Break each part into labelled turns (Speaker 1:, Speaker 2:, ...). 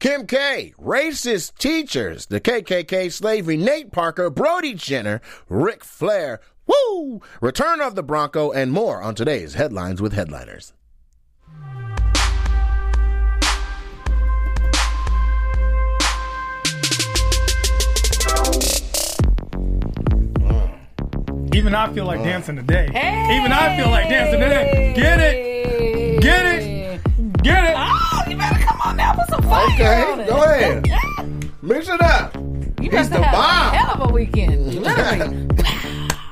Speaker 1: Kim K, racist teachers, the KKK slavery, Nate Parker, Brody Jenner, Ric Flair, woo, return of the Bronco, and more on today's Headlines with Headliners.
Speaker 2: Even I feel like dancing today. Even I feel like dancing today. Get it. Get it. Get it.
Speaker 3: Oh, you better come on now. Put some fire on
Speaker 1: Okay,
Speaker 3: it.
Speaker 1: go ahead. Mix it up.
Speaker 3: You
Speaker 1: He's
Speaker 3: must
Speaker 1: the
Speaker 3: have
Speaker 1: bomb.
Speaker 3: a hell of a weekend. Literally.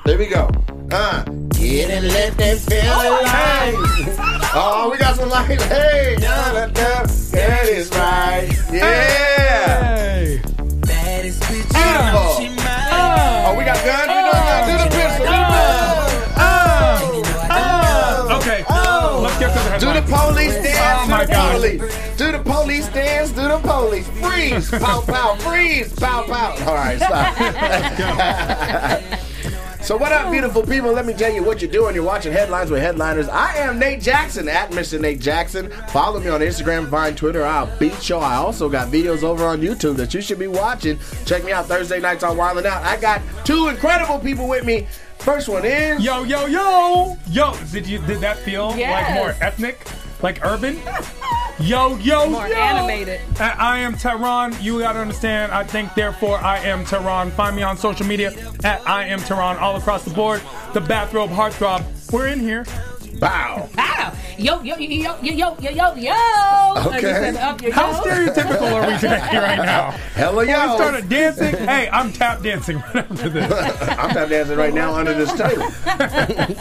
Speaker 1: There we go. Uh, get and let them feel alive. Oh, we got some light. Hey, da, da, da. that is right. Yeah.
Speaker 2: Hey.
Speaker 1: Beautiful. Oh, we got guns. We know how to do the pistol. "Oh."
Speaker 2: Ah. Okay. Let's get to the
Speaker 1: Do the
Speaker 2: headlines.
Speaker 1: police
Speaker 2: Oh,
Speaker 1: dance.
Speaker 2: my God.
Speaker 1: do the police. Do the police dance. Do the police. Freeze. Pow, pow. Freeze. Pow, pow. All right, stop. So what up, beautiful people? Let me tell you what you're doing. You're watching Headlines with Headliners. I am Nate Jackson, at Mr. Nate Jackson. Follow me on Instagram, Vine, Twitter. I'll beat you. I also got videos over on YouTube that you should be watching. Check me out Thursday nights on Wildin' Out. I got two incredible people with me. First one is...
Speaker 2: Yo, yo, yo. Yo, did you did that feel like
Speaker 3: Yes.
Speaker 2: more ethnic? Like urban? Yo, yo,
Speaker 3: More
Speaker 2: yo.
Speaker 3: animated.
Speaker 2: I, I am Tehran. You gotta understand. I think, therefore, I am Tehran. Find me on social media at I am Tehran all across the board. The bathrobe heartthrob. We're in here.
Speaker 1: Bow.
Speaker 3: Wow. Yo, yo, yo, yo, yo, yo, yo, yo, yo. Like you
Speaker 1: Okay.
Speaker 3: said, up your
Speaker 2: How
Speaker 3: yo.
Speaker 2: stereotypical are we today right now?
Speaker 1: Hello,
Speaker 2: When
Speaker 1: yo.
Speaker 2: we started dancing. Hey, I'm tap dancing right after this.
Speaker 1: I'm tap dancing right now under this table.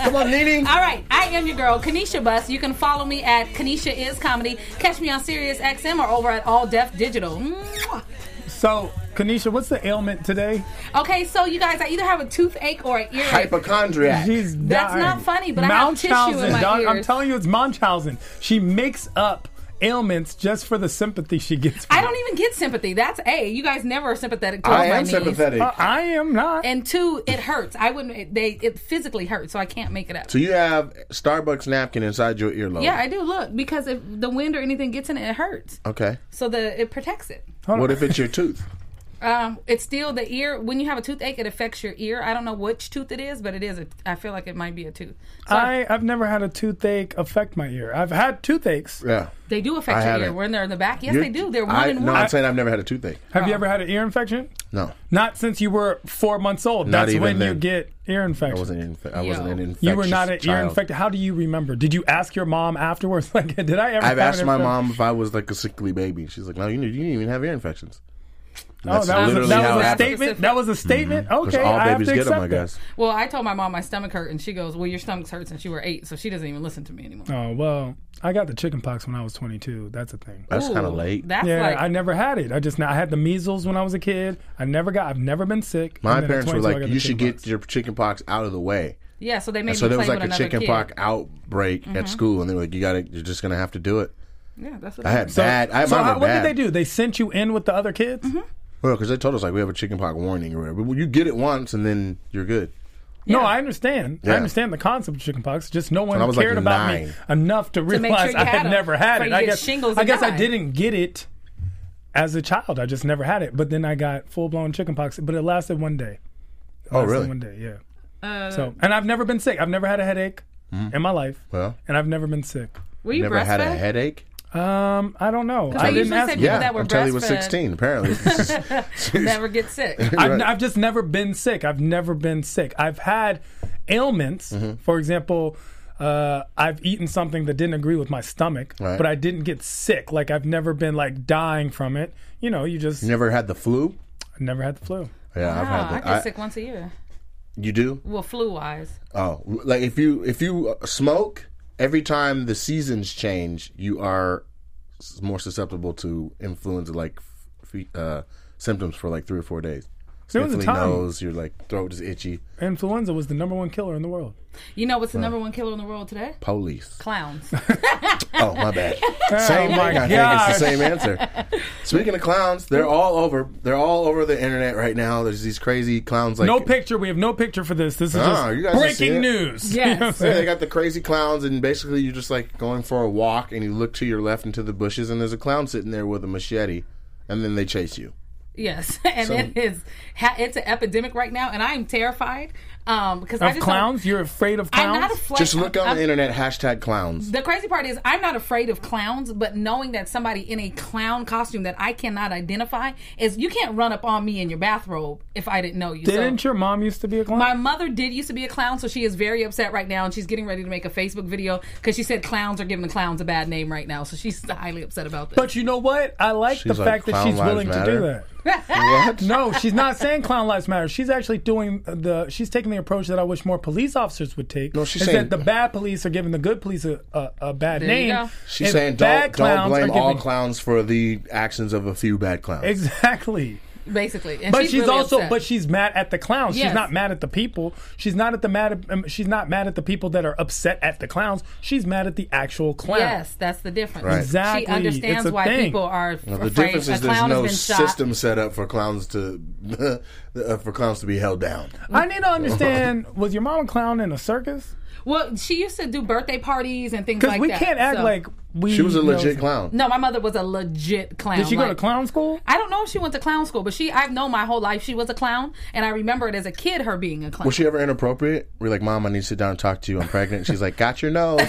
Speaker 1: Come on, Nene.
Speaker 3: All right, I am your girl, Kanisha Bus. You can follow me at Kanisha Is Comedy. Catch me on Sirius XM or over at All Deaf Digital. Mwah.
Speaker 2: So, Kanisha, what's the ailment today?
Speaker 3: Okay, so you guys, I either have a toothache or an earache.
Speaker 1: Hypochondriac.
Speaker 2: She's dying.
Speaker 3: That's not funny, but I have tissue in
Speaker 2: Munchausen,
Speaker 3: my
Speaker 2: dog. I'm
Speaker 3: ears.
Speaker 2: telling you, it's Munchausen. She makes up ailments just for the sympathy she gets. From
Speaker 3: I don't even get sympathy. That's A. You guys never are sympathetic towards
Speaker 1: I
Speaker 3: my
Speaker 1: am
Speaker 3: knees.
Speaker 1: sympathetic.
Speaker 2: Uh, I am not.
Speaker 3: And two, it hurts. I wouldn't. It, they it physically hurts, so I can't make it up.
Speaker 1: So you have Starbucks napkin inside your earlobe.
Speaker 3: Yeah, I do. Look, because if the wind or anything gets in it, it hurts.
Speaker 1: Okay.
Speaker 3: So the it protects it.
Speaker 1: What if it's your tooth?
Speaker 3: Um, it's still the ear. When you have a toothache, it affects your ear. I don't know which tooth it is, but it is. A, I feel like it might be a tooth. So
Speaker 2: I, I've never had a toothache affect my ear. I've had toothaches.
Speaker 1: Yeah.
Speaker 3: they do affect
Speaker 1: I
Speaker 3: your
Speaker 1: haven't.
Speaker 3: ear when they're in the back. Yes,
Speaker 1: You-
Speaker 3: they do. They're one
Speaker 1: I,
Speaker 3: and
Speaker 1: No,
Speaker 3: one.
Speaker 1: I'm saying I've never had a toothache.
Speaker 2: Have
Speaker 3: Oh.
Speaker 2: you ever had an ear infection?
Speaker 1: No.
Speaker 2: Not since you were four months old.
Speaker 1: Not
Speaker 2: That's
Speaker 1: even
Speaker 2: when you
Speaker 1: then.
Speaker 2: get ear
Speaker 1: I
Speaker 2: infection.
Speaker 1: wasn't, inf- I wasn't an infectious
Speaker 2: You were not an ear
Speaker 1: child.
Speaker 2: infected. How do you remember? Did you ask your mom afterwards? Like, did I ever?
Speaker 1: I've
Speaker 2: have
Speaker 1: asked
Speaker 2: an
Speaker 1: my
Speaker 2: infection?
Speaker 1: mom if I was like a sickly baby. She's like, no, you, you didn't even have ear infections. And
Speaker 2: Oh,
Speaker 1: That's
Speaker 2: that was, a,
Speaker 1: literally
Speaker 2: that
Speaker 1: how
Speaker 2: was
Speaker 1: it
Speaker 2: a
Speaker 1: happened.
Speaker 2: statement. That was a statement.
Speaker 1: Because
Speaker 2: Okay,
Speaker 1: all
Speaker 2: I have
Speaker 1: babies
Speaker 2: to
Speaker 1: get them, I
Speaker 2: accept it.
Speaker 1: guess.
Speaker 3: well, I told my mom my stomach hurt, and she goes, "Well, your stomach hurts," and she were eight, so she doesn't even listen to me anymore.
Speaker 2: Oh well, I got the chicken pox when I was 22. That's a thing.
Speaker 1: That's kind of
Speaker 3: Ooh,
Speaker 1: late.
Speaker 3: That's
Speaker 2: yeah,
Speaker 3: like
Speaker 2: I never had it. I just I had the measles when I was a kid. I never got. I've never been sick.
Speaker 1: my
Speaker 2: And then at
Speaker 1: parents were
Speaker 2: 22, I
Speaker 1: like,
Speaker 2: got the
Speaker 1: you should
Speaker 2: chicken
Speaker 1: get your chicken pox out of the way.
Speaker 3: yeah. So they made
Speaker 1: And so
Speaker 3: me
Speaker 1: there
Speaker 3: play
Speaker 1: was like
Speaker 3: with
Speaker 1: a
Speaker 3: another
Speaker 1: chicken
Speaker 3: kid. Mm-hmm.
Speaker 1: pox outbreak at school, and they were like, you got to, you're just going to have to do it.
Speaker 3: Yeah, that's what
Speaker 1: I had
Speaker 2: So-
Speaker 1: bad. I,
Speaker 2: so
Speaker 1: mine
Speaker 2: how-
Speaker 1: were
Speaker 2: what
Speaker 1: bad.
Speaker 2: did they do? They sent you in with the other kids.
Speaker 1: Well, because they told us like we have a chickenpox warning or whatever. But you get it once and then you're good.
Speaker 2: No,
Speaker 3: Yeah.
Speaker 2: I understand.
Speaker 1: Yeah.
Speaker 2: I understand the concept of chicken pox. Just no one
Speaker 1: When I was, like,
Speaker 2: cared about me
Speaker 1: nine.
Speaker 2: enough to
Speaker 3: make sure
Speaker 2: realize
Speaker 3: you
Speaker 2: I
Speaker 3: had
Speaker 2: had
Speaker 3: 'em
Speaker 2: never had
Speaker 3: before
Speaker 2: it.
Speaker 3: you
Speaker 2: I
Speaker 3: get
Speaker 2: guess
Speaker 3: shingles
Speaker 2: I
Speaker 3: and
Speaker 2: guess I
Speaker 3: die.
Speaker 2: didn't get it as a child. I just never had it. But then I got full blown chicken pox. But it lasted one day. It
Speaker 1: Oh,
Speaker 2: lasted
Speaker 1: really?
Speaker 2: One day, yeah.
Speaker 3: Uh,
Speaker 2: so and I've never been sick. I've never had a headache
Speaker 1: Hmm.
Speaker 2: in my life.
Speaker 1: Well,
Speaker 2: and I've never been sick.
Speaker 3: Were you
Speaker 1: never had a
Speaker 3: breastfed?
Speaker 1: headache.
Speaker 2: Um, I don't know.
Speaker 3: they
Speaker 2: I didn't
Speaker 3: usually
Speaker 2: ask.
Speaker 3: say
Speaker 2: you.
Speaker 3: people
Speaker 1: Yeah,
Speaker 3: that were
Speaker 1: until he was
Speaker 3: breastfed.
Speaker 1: 16, apparently.
Speaker 3: Never get sick.
Speaker 2: I've,
Speaker 1: Right.
Speaker 2: I've just never been sick. I've never been sick. I've had ailments.
Speaker 1: Mm-hmm.
Speaker 2: For example, uh, I've eaten something that didn't agree with my stomach,
Speaker 1: Right.
Speaker 2: but I didn't get sick. Like I've never been like dying from it. You know, you just
Speaker 1: never had the flu.
Speaker 2: I never had the flu.
Speaker 1: Yeah, I've
Speaker 3: Wow, I
Speaker 1: had
Speaker 3: get
Speaker 1: that. I-
Speaker 3: sick once a year.
Speaker 1: you do?
Speaker 3: Well, flu wise.
Speaker 1: Oh, like if you if you smoke, every time the seasons change, you are s- more susceptible to influenza like f- f- uh, symptoms for like three or four days.
Speaker 2: There was a
Speaker 1: Sniffly
Speaker 2: time.
Speaker 1: nose, your like throat is itchy.
Speaker 2: Influenza was the number one killer in the world.
Speaker 3: You know what's the number one killer in the world today?
Speaker 1: Police.
Speaker 3: Clowns.
Speaker 1: Oh, my bad. same
Speaker 2: Oh,
Speaker 1: thing.
Speaker 2: my
Speaker 1: I
Speaker 2: gosh.
Speaker 1: think it's the same answer. Speaking of clowns, they're all over. They're all over the internet right now. There's these crazy clowns like
Speaker 2: No picture. We have no picture for this. This is
Speaker 1: Ah, you guys didn't
Speaker 2: just
Speaker 1: see it?
Speaker 2: breaking news.
Speaker 3: Yes.
Speaker 2: You know what I'm
Speaker 1: Yeah, they
Speaker 2: saying?
Speaker 1: got the crazy clowns, and basically you're just like going for a walk, and you look to your left into the bushes, and there's a clown sitting there with a machete, and then they chase you.
Speaker 3: Yes, and
Speaker 1: So-
Speaker 3: it is. ha- It's an epidemic right now, and I am terrified um, because I
Speaker 2: Of
Speaker 3: just
Speaker 2: clowns? You're afraid of
Speaker 3: Don't,
Speaker 2: clowns?
Speaker 3: I'm not afraid.
Speaker 1: Just look on
Speaker 3: I'm-
Speaker 1: the internet, hashtag clowns.
Speaker 3: The crazy part is, I'm not afraid of clowns, but knowing that somebody in a clown costume that I cannot identify is you can't run up on me in your bathrobe if I didn't know you. So-
Speaker 2: Didn't your mom used to be a clown?
Speaker 3: my mother did used to be a clown, so she is very upset right now, and she's getting ready to make a Facebook video because she said clowns are giving the clowns a bad name right now, so she's highly upset about this.
Speaker 2: but you know what? I like
Speaker 1: She's
Speaker 2: the
Speaker 1: like,
Speaker 2: fact that
Speaker 1: "Clown
Speaker 2: she's
Speaker 1: lives
Speaker 2: willing to do
Speaker 1: matter."
Speaker 2: that.
Speaker 1: What?
Speaker 2: No, she's not saying clown lives matter. She's actually doing the. She's taking the approach that I wish more police officers would take.
Speaker 1: No, she's
Speaker 2: is
Speaker 1: saying-
Speaker 2: that the bad police are giving the good police a, a, a bad
Speaker 3: There you
Speaker 2: name.
Speaker 3: go.
Speaker 1: She's
Speaker 2: and
Speaker 1: saying don't, don't
Speaker 2: bad clowns are
Speaker 1: blame all
Speaker 2: giving-
Speaker 1: clowns for the actions of a few bad clowns.
Speaker 2: Exactly.
Speaker 3: basically, and
Speaker 2: But she's,
Speaker 3: really
Speaker 2: also,
Speaker 3: upset.
Speaker 2: but she's mad at the clowns.
Speaker 3: Yes.
Speaker 2: She's not mad at the people. She's not at the mad. um, She's not mad at the people that are upset at the clowns. She's mad at the actual clown.
Speaker 3: yes, that's the difference.
Speaker 1: Right.
Speaker 2: Exactly.
Speaker 3: She understands
Speaker 2: It's a
Speaker 3: why
Speaker 2: thing.
Speaker 3: people are
Speaker 1: Now, the
Speaker 3: afraid.
Speaker 1: difference is
Speaker 3: a
Speaker 1: there's
Speaker 3: clown
Speaker 1: no
Speaker 3: has been shot.
Speaker 1: system set up for clowns to uh, for clowns to be held down.
Speaker 2: I need to understand. was your mom a clown in a circus?
Speaker 3: Well, she used to do birthday parties and things
Speaker 2: Because
Speaker 3: like
Speaker 2: we
Speaker 3: that.
Speaker 2: can't act
Speaker 3: so-
Speaker 2: like we.
Speaker 1: She was a
Speaker 2: you know,
Speaker 1: legit clown.
Speaker 3: Mm, No, my mother was a legit clown.
Speaker 2: Did she go to
Speaker 3: like-
Speaker 2: clown school?
Speaker 3: I don't know if she went to clown school, but she I've known my whole life she was a clown, and I remember it as a kid her being a clown.
Speaker 1: Was she ever inappropriate? We're like, Mom, I need to sit down and talk to you. I'm pregnant. She's like, Got your nose.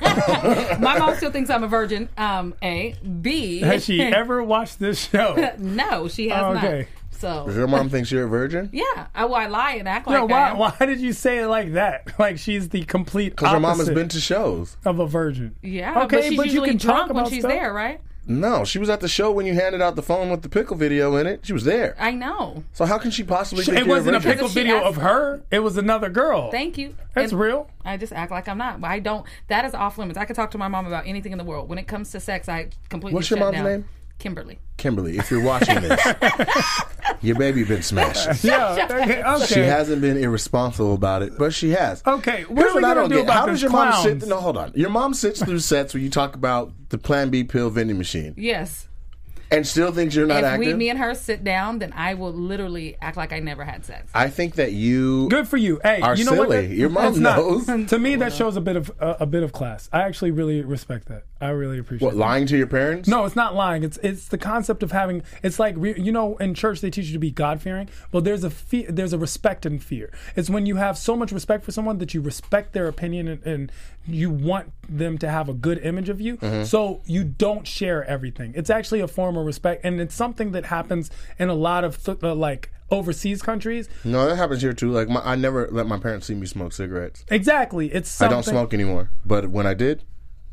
Speaker 3: my mom still thinks I'm a virgin. Um, a B.
Speaker 2: Has she ever watched this show?
Speaker 3: No, she has
Speaker 2: Oh, okay.
Speaker 3: not. So
Speaker 1: Your mom thinks you're a virgin?
Speaker 3: yeah, I, well, I lie and act
Speaker 2: No,
Speaker 3: like I
Speaker 2: why,
Speaker 3: am.
Speaker 2: why did you say it like that? Like she's the complete
Speaker 1: Because
Speaker 2: opposite
Speaker 1: her mom has been to shows.
Speaker 2: of a virgin.
Speaker 3: Yeah,
Speaker 2: Okay,
Speaker 3: but she's
Speaker 2: but you
Speaker 3: usually
Speaker 2: can talk
Speaker 3: drunk when
Speaker 2: about
Speaker 3: she's
Speaker 2: stuff.
Speaker 3: there, right?
Speaker 1: No, she was at the show when you handed out the phone with the pickle video in it. She was there.
Speaker 3: I know.
Speaker 1: So how can she possibly think
Speaker 2: It
Speaker 1: you're a
Speaker 2: wasn't a
Speaker 1: virgin?
Speaker 2: pickle
Speaker 3: Because if she
Speaker 2: video
Speaker 3: asked-
Speaker 2: of her. It was another girl.
Speaker 3: Thank you.
Speaker 2: That's
Speaker 3: And
Speaker 2: real.
Speaker 3: I just act like I'm not. I don't. That is off limits. I could talk to my mom about anything in the world. When it comes to sex, I completely.
Speaker 1: What's your
Speaker 3: shut
Speaker 1: mom's
Speaker 3: down.
Speaker 1: name?
Speaker 3: Kimberly.
Speaker 1: Kimberly, if you're watching this, your baby been smashed.
Speaker 2: Yeah. Okay. okay.
Speaker 1: She hasn't been irresponsible about it, but she has.
Speaker 2: Okay, what
Speaker 1: Here's
Speaker 2: are we
Speaker 1: I
Speaker 2: gonna
Speaker 1: don't
Speaker 2: do
Speaker 1: get.
Speaker 2: about
Speaker 1: How
Speaker 2: these
Speaker 1: does your mom
Speaker 2: clowns?
Speaker 1: sit? No, hold on. Your mom sits through sets where you talk about the Plan B pill vending machine
Speaker 3: Yes.
Speaker 1: and still thinks you're not
Speaker 3: if
Speaker 1: active.
Speaker 3: we, me and her, sit down, then I will literally act like I never had sex.
Speaker 1: I think that you.
Speaker 2: Good for you. Hey,
Speaker 1: Are
Speaker 2: you know what?
Speaker 1: silly. Your mom
Speaker 2: That's not-
Speaker 1: knows.
Speaker 2: to me, that shows a bit of uh, a a bit of class. I actually really respect that. I really appreciate.
Speaker 1: What
Speaker 2: it.
Speaker 1: lying to your parents?
Speaker 2: No, it's not lying. It's it's the concept of having. It's like re, you know, in church they teach you to be God fearing. Well, there's a fe- there's a respect and fear. It's when you have so much respect for someone that you respect their opinion and, and you want them to have a good image of you.
Speaker 1: Mm-hmm.
Speaker 2: So you don't share everything. It's actually a form of respect, and it's something that happens in a lot of th- uh, like overseas countries.
Speaker 1: no, that happens here too. Like my, I never let my parents see me smoke cigarettes.
Speaker 2: Exactly. It's
Speaker 1: I
Speaker 2: something,
Speaker 1: don't smoke anymore, but when I did,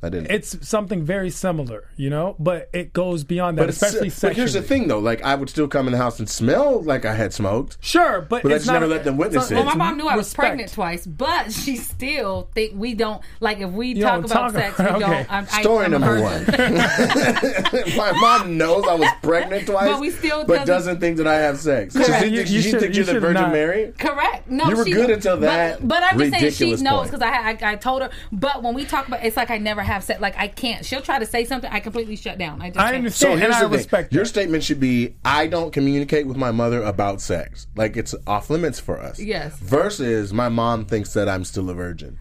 Speaker 1: I didn't.
Speaker 2: It's something very similar, you know, but it goes beyond that,
Speaker 1: But it's-
Speaker 2: especially
Speaker 1: but
Speaker 2: sexually.
Speaker 1: here's the thing, though. Like I would still come in the house and smell like I had smoked.
Speaker 2: Sure, but,
Speaker 1: But I
Speaker 2: it's
Speaker 1: just
Speaker 2: not
Speaker 1: never let them witness
Speaker 2: it's not-
Speaker 1: it.
Speaker 3: Well, my mom knew I was
Speaker 2: respect.
Speaker 3: pregnant twice, but she still think we don't like if we
Speaker 2: You
Speaker 3: talk
Speaker 2: don't
Speaker 3: about
Speaker 2: talk
Speaker 3: sex.
Speaker 2: about-
Speaker 3: we
Speaker 2: okay.
Speaker 3: don't. I'm, I-
Speaker 1: Story
Speaker 3: I'm a
Speaker 1: number one.
Speaker 3: virgin.
Speaker 1: my mom knows I was pregnant twice,
Speaker 3: But we still
Speaker 1: but
Speaker 3: doesn't-
Speaker 1: doesn't think that I have sex. So
Speaker 2: Correct.
Speaker 1: she
Speaker 2: You-
Speaker 1: thinks-
Speaker 2: you
Speaker 1: she
Speaker 2: should-
Speaker 1: thinks
Speaker 2: you
Speaker 1: you're the
Speaker 2: should
Speaker 1: Virgin
Speaker 2: not.
Speaker 1: Mary.
Speaker 3: Correct. No,
Speaker 1: You were
Speaker 3: she,
Speaker 1: good until
Speaker 3: but-
Speaker 1: that
Speaker 3: But, I'm just saying
Speaker 1: ridiculous
Speaker 3: she knows
Speaker 1: point.
Speaker 3: because I, I I told her. But when we talk about, it's like I never have sex. Like I can't. She'll try to say something. I completely shut down. I just.
Speaker 2: I
Speaker 3: can't.
Speaker 2: understand.
Speaker 1: So here's
Speaker 2: and I
Speaker 1: the thing.
Speaker 2: respect
Speaker 1: Your
Speaker 2: that.
Speaker 1: statement should be, "I don't communicate with my mother about sex. Like it's off limits for us."
Speaker 3: Yes.
Speaker 1: Versus, my mom thinks that I'm still a virgin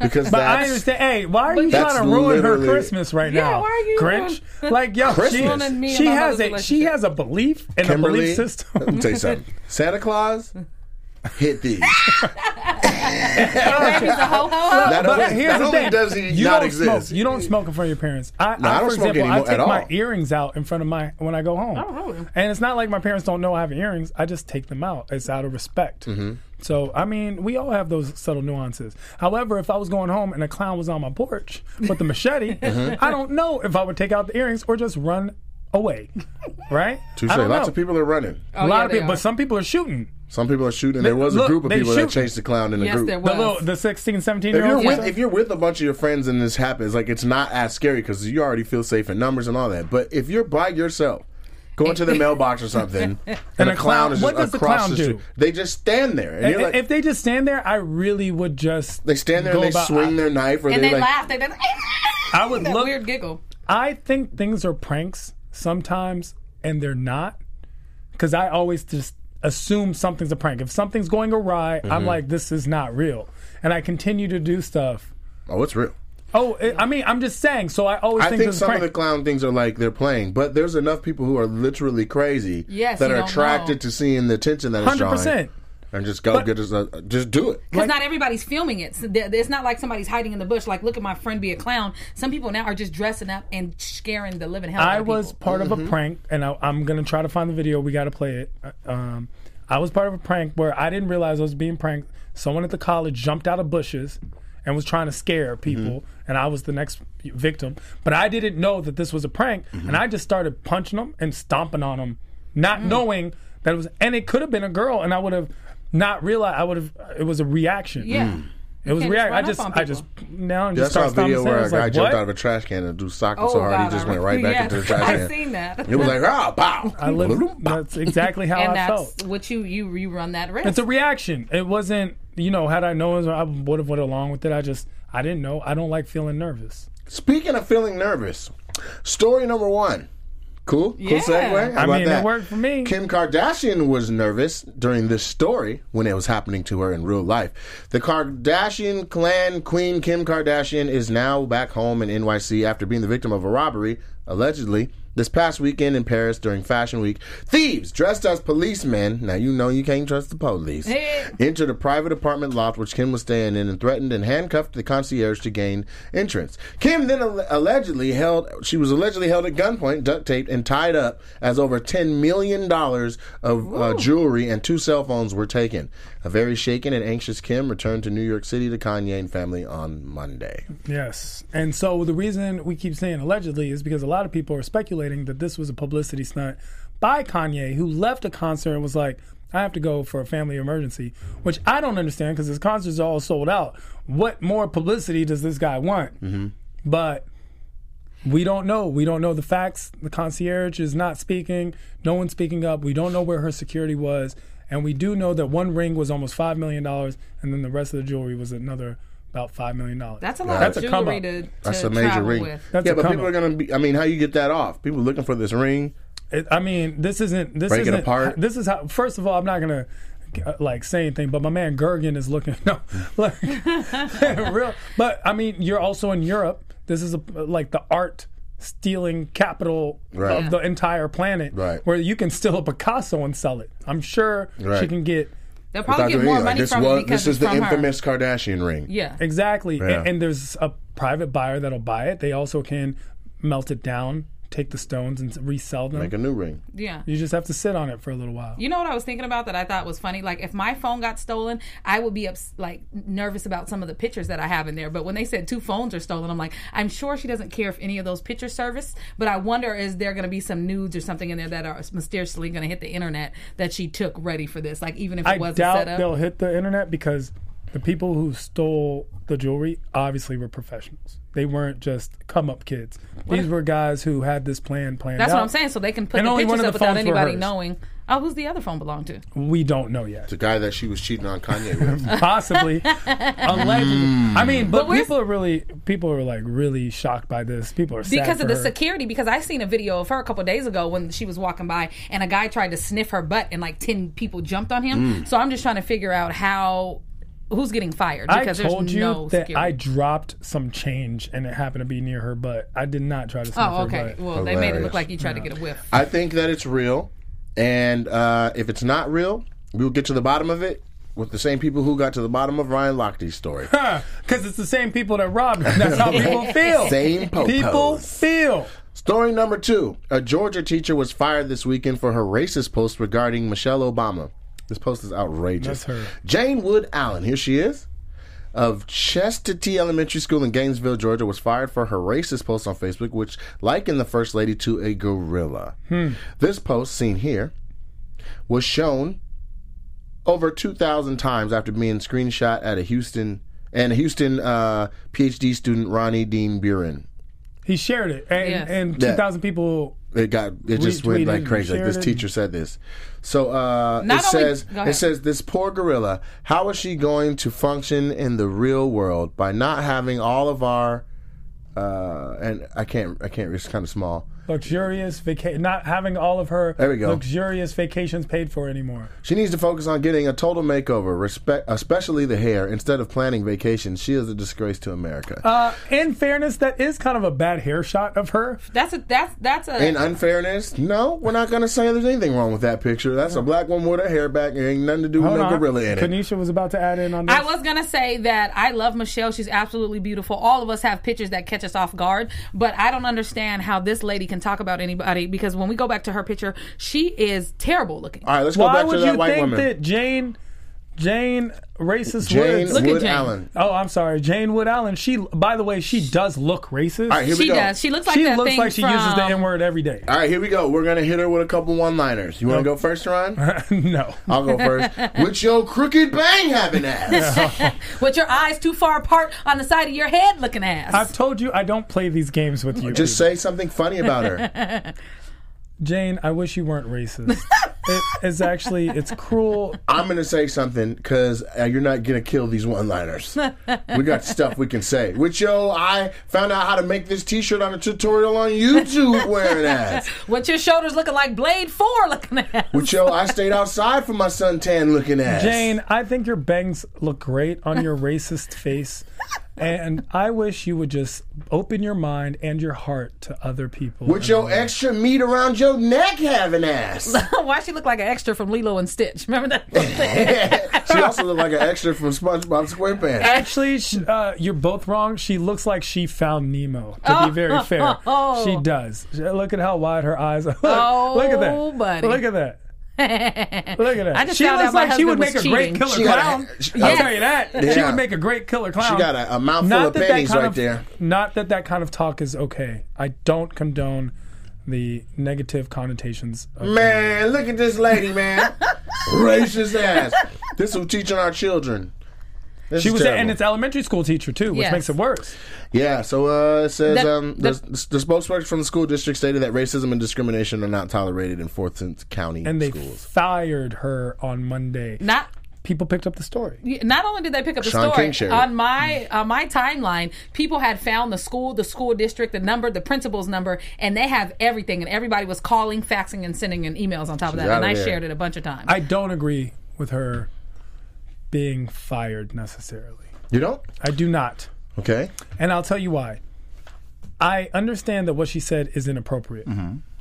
Speaker 1: because
Speaker 2: But I
Speaker 1: that's
Speaker 2: understand. Hey, why are you
Speaker 1: That's
Speaker 2: trying to ruin her
Speaker 1: literally-
Speaker 2: Christmas right
Speaker 3: Yeah,
Speaker 2: now?
Speaker 3: why are you
Speaker 2: Grinch?
Speaker 3: ruin-
Speaker 2: Like, yo,
Speaker 1: Christmas.
Speaker 3: Ruining me
Speaker 2: she,
Speaker 3: and
Speaker 2: she
Speaker 3: my
Speaker 2: has
Speaker 3: mother's
Speaker 2: a she
Speaker 3: relationship.
Speaker 2: has a belief in a
Speaker 1: Kimberly.
Speaker 2: belief
Speaker 1: Let
Speaker 2: system.
Speaker 1: me tell you something. Santa Claus hit these.
Speaker 3: Baby's a ho ho ho.
Speaker 1: That
Speaker 2: But
Speaker 1: only,
Speaker 2: here's
Speaker 1: that
Speaker 2: the
Speaker 1: only
Speaker 2: thing:
Speaker 1: does he
Speaker 2: you
Speaker 1: not
Speaker 2: don't
Speaker 1: exist.
Speaker 2: smoke. You don't smoke in front of your parents. I,
Speaker 1: I
Speaker 2: I,
Speaker 1: don't
Speaker 2: for
Speaker 1: smoke
Speaker 2: example, I
Speaker 1: anymore
Speaker 2: take
Speaker 1: at
Speaker 2: my
Speaker 1: all.
Speaker 2: earrings out in front of my when I go home.
Speaker 3: Oh, really?
Speaker 2: And it's not like my parents don't know I have earrings. I just take them out. It's out of respect.
Speaker 1: Mm-hmm.
Speaker 2: So I mean, we all have those subtle nuances. However, if I was going home and a clown was on my porch with the machete,
Speaker 1: Uh-huh.
Speaker 2: I don't know if I would take out the earrings or just run away. Right?
Speaker 1: Touche.
Speaker 2: I don't
Speaker 1: Lots
Speaker 2: know.
Speaker 1: of people are running.
Speaker 2: A lot
Speaker 3: Oh, yeah,
Speaker 2: of
Speaker 3: they
Speaker 2: people,
Speaker 3: are.
Speaker 2: but some people are shooting.
Speaker 1: Some people are shooting. There was a
Speaker 2: look,
Speaker 1: group of
Speaker 2: they
Speaker 1: people that
Speaker 2: shoot.
Speaker 1: chased the clown in a
Speaker 3: Yes,
Speaker 1: group.
Speaker 3: there
Speaker 2: The
Speaker 3: was.
Speaker 2: little, the 16, 17
Speaker 1: If
Speaker 2: year
Speaker 1: you're
Speaker 2: olds.
Speaker 1: with if you're with a bunch of your friends and this happens, like it's not as scary because you already feel safe in numbers and all that. But if you're by yourself, going to the mailbox or something, and,
Speaker 2: And
Speaker 1: a clown
Speaker 2: a clown-
Speaker 1: is just
Speaker 2: what does the
Speaker 1: across
Speaker 2: clown
Speaker 1: the street,
Speaker 2: do?
Speaker 1: they just stand there. And you're like,
Speaker 2: if they just stand there, I really would just.
Speaker 1: they stand there and
Speaker 2: go
Speaker 1: they
Speaker 2: about-
Speaker 1: swing their knife or
Speaker 3: And
Speaker 1: they,
Speaker 3: they
Speaker 1: like
Speaker 3: laugh. They did
Speaker 2: I would
Speaker 3: that
Speaker 2: look-
Speaker 3: weird giggle.
Speaker 2: I think things are pranks sometimes, and they're not. Because I always just assume something's a prank. If something's
Speaker 1: Mm-hmm.
Speaker 2: going awry, I'm like, this is not real, and I continue to do stuff.
Speaker 1: oh, it's real.
Speaker 2: Oh, it, I mean, I'm just saying. So I always
Speaker 1: I
Speaker 2: think,
Speaker 1: think
Speaker 2: this is
Speaker 1: some
Speaker 2: prank.
Speaker 1: of the clown things are like they're playing, but there's enough people who are literally crazy
Speaker 3: Yes,
Speaker 1: that
Speaker 3: you
Speaker 1: are
Speaker 3: don't
Speaker 1: attracted to
Speaker 3: know.
Speaker 1: seeing the attention that it's drawing.
Speaker 2: 100%.
Speaker 1: And just go get us a, just do it.
Speaker 3: Because not everybody's filming it. So there- It's not like somebody's hiding in the bush. Like, look at my friend be a clown. Some people now are just dressing up and scaring the living hell out
Speaker 2: I
Speaker 3: of
Speaker 2: was
Speaker 3: people. Mm-hmm.
Speaker 2: part of a prank, and I, I'm gonna try to find the video. We gotta play it. Uh, Um, I was part of a prank where I didn't realize I was being pranked. Someone at the college jumped out of bushes and was trying to scare people,
Speaker 3: Mm-hmm.
Speaker 2: and I was the next victim. But I didn't know that this was a prank,
Speaker 3: Mm-hmm.
Speaker 2: and I just started punching them and stomping on them,
Speaker 3: Mm.
Speaker 2: not knowing that it was. And it could have been a girl, and I would have not realized. I would have. It was a reaction.
Speaker 3: Yeah.
Speaker 1: Mm.
Speaker 2: It was
Speaker 3: can't just
Speaker 2: reaction. I
Speaker 3: run up
Speaker 2: just,
Speaker 3: on
Speaker 2: I just now and
Speaker 1: That's
Speaker 2: just
Speaker 1: saw a
Speaker 2: started
Speaker 1: video
Speaker 2: stomping.
Speaker 1: where a
Speaker 2: Like,
Speaker 1: guy
Speaker 2: what?
Speaker 1: jumped out of a trash can and do sock him
Speaker 3: Oh,
Speaker 1: so hard
Speaker 3: God,
Speaker 1: he just
Speaker 3: I
Speaker 1: went right back
Speaker 3: remember-
Speaker 1: into the
Speaker 3: yes,
Speaker 1: trash
Speaker 3: I've
Speaker 1: can.
Speaker 3: seen that.
Speaker 1: It was like ah pow.
Speaker 2: I lived, that's exactly how
Speaker 3: And
Speaker 2: I
Speaker 3: that's
Speaker 2: felt.
Speaker 3: what you you you run that risk.
Speaker 2: It's a reaction. It wasn't, you know, had I known, it, I would have went along with it. I just, I didn't know. I don't like feeling nervous.
Speaker 1: Speaking of feeling nervous, story number one. Cool, cool
Speaker 3: Yeah.
Speaker 1: segue. How
Speaker 2: I
Speaker 1: about
Speaker 2: mean, it
Speaker 1: that?
Speaker 2: worked for me.
Speaker 1: Kim Kardashian was nervous during this story when it was happening to her in real life. The Kardashian clan queen Kim Kardashian is now back home in NYC after being the victim of a robbery, allegedly, this past weekend in Paris during Fashion Week. Thieves dressed as policemen. Now you know you can't trust the police.
Speaker 3: Hey.
Speaker 1: entered a private apartment loft which Kim was staying in and threatened and handcuffed the concierge to gain entrance. Kim then al- allegedly held she was allegedly held at gunpoint, duct taped, and tied up as over ten million dollars of uh, jewelry and two cell phones were taken. A very shaken and anxious Kim returned to New York City to Kanye and family on Monday.
Speaker 2: Yes. And so the reason we keep saying allegedly is because a lot of people are speculating that this was a publicity stunt by Kanye, who left a concert and was like, I have to go for a family emergency, which I don't understand because his concerts are all sold out. What more publicity does this guy want? Mm-hmm. But we don't know. We don't know the facts. The concierge is not speaking. No one's speaking up. We don't know where her security was. And we do know that one ring was almost $5 million, and then the rest of the jewelry was another about $5 million.
Speaker 3: that's a lot
Speaker 2: That's
Speaker 3: of
Speaker 2: a come
Speaker 3: jewelry
Speaker 2: up.
Speaker 3: to, to
Speaker 1: That's a major
Speaker 3: travel
Speaker 1: ring.
Speaker 3: with.
Speaker 2: That's
Speaker 1: yeah,
Speaker 2: a
Speaker 1: but
Speaker 2: come
Speaker 1: people
Speaker 2: up.
Speaker 1: are gonna be. I mean, how you get that off? People looking for this ring.
Speaker 2: It, I mean, this isn't this
Speaker 1: Break it
Speaker 2: isn't
Speaker 1: apart.
Speaker 2: this is how. First of all, I'm not gonna uh, like say anything, but my man Gergen is looking no, like real. But I mean, you're also in Europe. This is a, like the art stealing capital
Speaker 1: Right.
Speaker 2: of the entire planet,
Speaker 1: Right.
Speaker 2: where you can steal a Picasso and sell it. I'm sure she
Speaker 1: Right.
Speaker 2: can get
Speaker 3: They'll probably get
Speaker 1: Dr.
Speaker 3: more
Speaker 1: Lee, like,
Speaker 3: money
Speaker 1: this
Speaker 3: from
Speaker 1: was-
Speaker 3: it because
Speaker 1: this is
Speaker 3: it's
Speaker 1: the
Speaker 3: from
Speaker 1: infamous Kardashian ring.
Speaker 3: her. Yeah.
Speaker 2: Exactly.
Speaker 1: Yeah.
Speaker 2: And, and there's a private buyer that'll buy it. They also can melt it down, take the stones, and resell them.
Speaker 1: Like a new ring.
Speaker 3: Yeah.
Speaker 2: you just have to sit on it for a little while.
Speaker 3: You know what I was thinking about that I thought was funny? Like, if my phone got stolen, I would be ups- like nervous about some of the pictures that I have in there. But when they said two phones are stolen, I'm like, I'm sure she doesn't care if any of those pictures service. But I wonder is there going to be some nudes or something in there that are mysteriously going to hit the internet that she took ready for this? Like, even if it
Speaker 2: I
Speaker 3: wasn't
Speaker 2: doubt
Speaker 3: set up.
Speaker 2: they'll hit the internet because the people who stole the jewelry obviously were professionals. They weren't just come up kids. These were guys who had this plan planned
Speaker 3: That's
Speaker 2: out.
Speaker 3: what I'm saying. So they can put
Speaker 2: And
Speaker 3: the
Speaker 2: only one
Speaker 3: pictures
Speaker 2: of
Speaker 3: up
Speaker 2: the
Speaker 3: without
Speaker 2: phones were
Speaker 3: anybody
Speaker 2: hers.
Speaker 3: knowing. Oh, who's the other phone belong to?
Speaker 2: We don't know yet.
Speaker 1: The guy that she was cheating on Kanye with.
Speaker 2: Possibly, allegedly.
Speaker 1: Mm.
Speaker 2: I mean, but,
Speaker 3: But we're-
Speaker 2: people are really people are like really shocked by this. People are sad
Speaker 3: because of
Speaker 2: for
Speaker 3: the
Speaker 2: her.
Speaker 3: security because i seen a video of her a couple days ago when she was walking by and a guy tried to sniff her butt and like 10 people jumped on him
Speaker 2: Mm.
Speaker 3: so i'm just trying to figure out how who's getting fired
Speaker 2: I
Speaker 3: because
Speaker 2: told
Speaker 3: there's
Speaker 2: you
Speaker 3: no
Speaker 2: that I
Speaker 3: security
Speaker 2: dropped some change and it happened to be near her butt. I did not try to. sniff
Speaker 3: oh
Speaker 2: her
Speaker 3: okay
Speaker 2: butt.
Speaker 3: well they made it
Speaker 1: Hilarious.
Speaker 3: look like you tried to get a whiff
Speaker 1: I think that it's real, and uh, if it's not real, we'll get to the bottom of it with the same people who got to the bottom of Ryan Lochte's story.
Speaker 2: Because it's the same people that robbed her. That's how people feel.
Speaker 1: Same po-pos.
Speaker 2: people feel.
Speaker 1: Story number two: A Georgia teacher was fired this weekend for her racist post regarding Michelle Obama. This post is outrageous.
Speaker 2: That's her.
Speaker 1: Jane Wood Allen. Here she is. Of Chastity Elementary School in Gainesville, Georgia, was fired for her racist post on Facebook, which likened the First Lady to a gorilla.
Speaker 2: Hmm.
Speaker 1: This post, seen here, was shown over 2,000 times after being screenshot at a Houston and Houston uh, PhD student Ronnie Dean Buren.
Speaker 2: He shared it, and,
Speaker 3: Yes.
Speaker 2: and
Speaker 1: Yeah.
Speaker 2: two thousand people.
Speaker 1: It got it just went
Speaker 2: Retweeted
Speaker 1: like
Speaker 2: and
Speaker 1: crazy. Like this
Speaker 2: shared it.
Speaker 1: teacher said this. So uh, it
Speaker 3: Not only-
Speaker 1: says
Speaker 3: go
Speaker 1: it
Speaker 3: ahead.
Speaker 1: says this poor gorilla. How is she going to function in the real world by not having all of our? Uh, and I can't I can't. It's kind of small.
Speaker 2: luxurious vacation, not having all of her
Speaker 1: There we go.
Speaker 2: luxurious vacations paid for anymore.
Speaker 1: She needs to focus on getting a total makeover, respect, especially the hair. Instead of planning vacations, she is a disgrace to America.
Speaker 2: Uh, in fairness, that is kind of a bad hair shot of her.
Speaker 3: That's a that's that's a
Speaker 1: In unfairness, no, we're not going to say there's anything wrong with that picture. That's a black woman with her hair back. It ain't nothing to do with
Speaker 2: Hold
Speaker 1: no
Speaker 2: on.
Speaker 1: gorilla in it.
Speaker 2: Kanisha was about to add in on this.
Speaker 3: I was gonna say that I love Michelle. She's absolutely beautiful. All of us have pictures that catch us off guard, but I don't understand how this lady can talk about anybody because when we go back to her picture, she is terrible looking.
Speaker 1: All right, let's go
Speaker 2: Why
Speaker 1: back to
Speaker 2: would
Speaker 1: that
Speaker 2: you
Speaker 1: white
Speaker 2: think
Speaker 1: woman.
Speaker 2: that Jane, Jane, racist
Speaker 1: Jane
Speaker 2: Woods?
Speaker 3: Look at
Speaker 1: Wood
Speaker 3: Jane.
Speaker 1: Allen.
Speaker 2: oh, I'm sorry, Jane Wood Allen. She, by the way, she does look racist.
Speaker 1: All right, here
Speaker 3: she
Speaker 1: we go.
Speaker 3: does. She looks like
Speaker 2: she
Speaker 3: that
Speaker 2: looks
Speaker 3: thing
Speaker 2: like she
Speaker 3: from,
Speaker 2: uses the N word every day.
Speaker 1: All right, here we go. We're going to hit her with a couple one-liners. You want to go first, Ron?
Speaker 2: no.
Speaker 1: I'll go first. Which your crooked bang having ass?
Speaker 3: with your eyes too far apart on the side of your head looking ass.
Speaker 2: I've told you I don't play these games with you.
Speaker 1: Just say something funny about her.
Speaker 2: Jane, I wish you weren't racist. it is actually it's cruel.
Speaker 1: I'm going to say something because uh, you're not going to kill these one-liners. we got stuff we can say. Which yo, I found out how to make this T-shirt on a tutorial on YouTube wearing ass.
Speaker 3: with your shoulders looking like Blade Four looking ass.
Speaker 1: Which yo, I stayed outside for my suntan looking ass.
Speaker 2: Jane, I think your bangs look great on your racist face. And I wish you would just open your mind and your heart to other people.
Speaker 1: With your extra meat around your neck having ass.
Speaker 3: Why she look like an extra from Lilo and Stitch? Remember that? thing?
Speaker 1: she also looked like an extra from SpongeBob SquarePants.
Speaker 2: Actually, sh- uh, you're both wrong. She looks like she found Nemo. To be
Speaker 3: Oh.
Speaker 2: very fair, she does. She- Look at how wide her eyes are. Look, look at
Speaker 3: Oh,
Speaker 2: that.
Speaker 3: buddy.
Speaker 2: Look at that. Look at that.
Speaker 3: I just
Speaker 2: she
Speaker 3: found
Speaker 2: looks
Speaker 3: out my
Speaker 2: like she would make
Speaker 3: husband was
Speaker 2: a great
Speaker 3: cheating.
Speaker 2: killer
Speaker 1: She got a-
Speaker 2: clown.
Speaker 1: she-
Speaker 2: I'll
Speaker 1: Yes.
Speaker 2: tell you that. She
Speaker 1: Yeah.
Speaker 2: would make a great killer clown.
Speaker 1: She got a, a mouthful
Speaker 2: not
Speaker 1: of
Speaker 2: that that
Speaker 1: panties
Speaker 2: kind
Speaker 1: right
Speaker 2: of
Speaker 1: there.
Speaker 2: not that that kind of talk is okay. I don't condone the negative connotations.
Speaker 1: Mm.
Speaker 2: Of
Speaker 1: Man, look at this lady, man. Racist ass. This is teaching our children. This
Speaker 2: she
Speaker 1: is
Speaker 2: was,
Speaker 1: terrible.
Speaker 2: and it's elementary school teacher too, which
Speaker 3: Yes.
Speaker 2: makes it worse.
Speaker 1: yeah. So uh, it says
Speaker 3: The-
Speaker 1: um, the, the, spokesperson from the school district stated that racism and discrimination are not tolerated in Forsyth County
Speaker 2: And they
Speaker 1: schools.
Speaker 2: fired her on Monday.
Speaker 3: Not
Speaker 2: People picked up the story.
Speaker 3: Yeah, not only did they pick up the
Speaker 1: Sean
Speaker 3: story
Speaker 1: King shared it. Mm.
Speaker 3: on my on my timeline, people had found the school, the school district, the number, the principal's number, and they have everything. And everybody was calling, faxing, and sending in emails on top of that.
Speaker 1: outta
Speaker 3: And I
Speaker 1: there.
Speaker 3: shared it a bunch of times.
Speaker 2: I don't agree with her being fired necessarily.
Speaker 1: You don't?
Speaker 2: I do not.
Speaker 1: Okay.
Speaker 2: And I'll tell you why. I understand that what she said is inappropriate.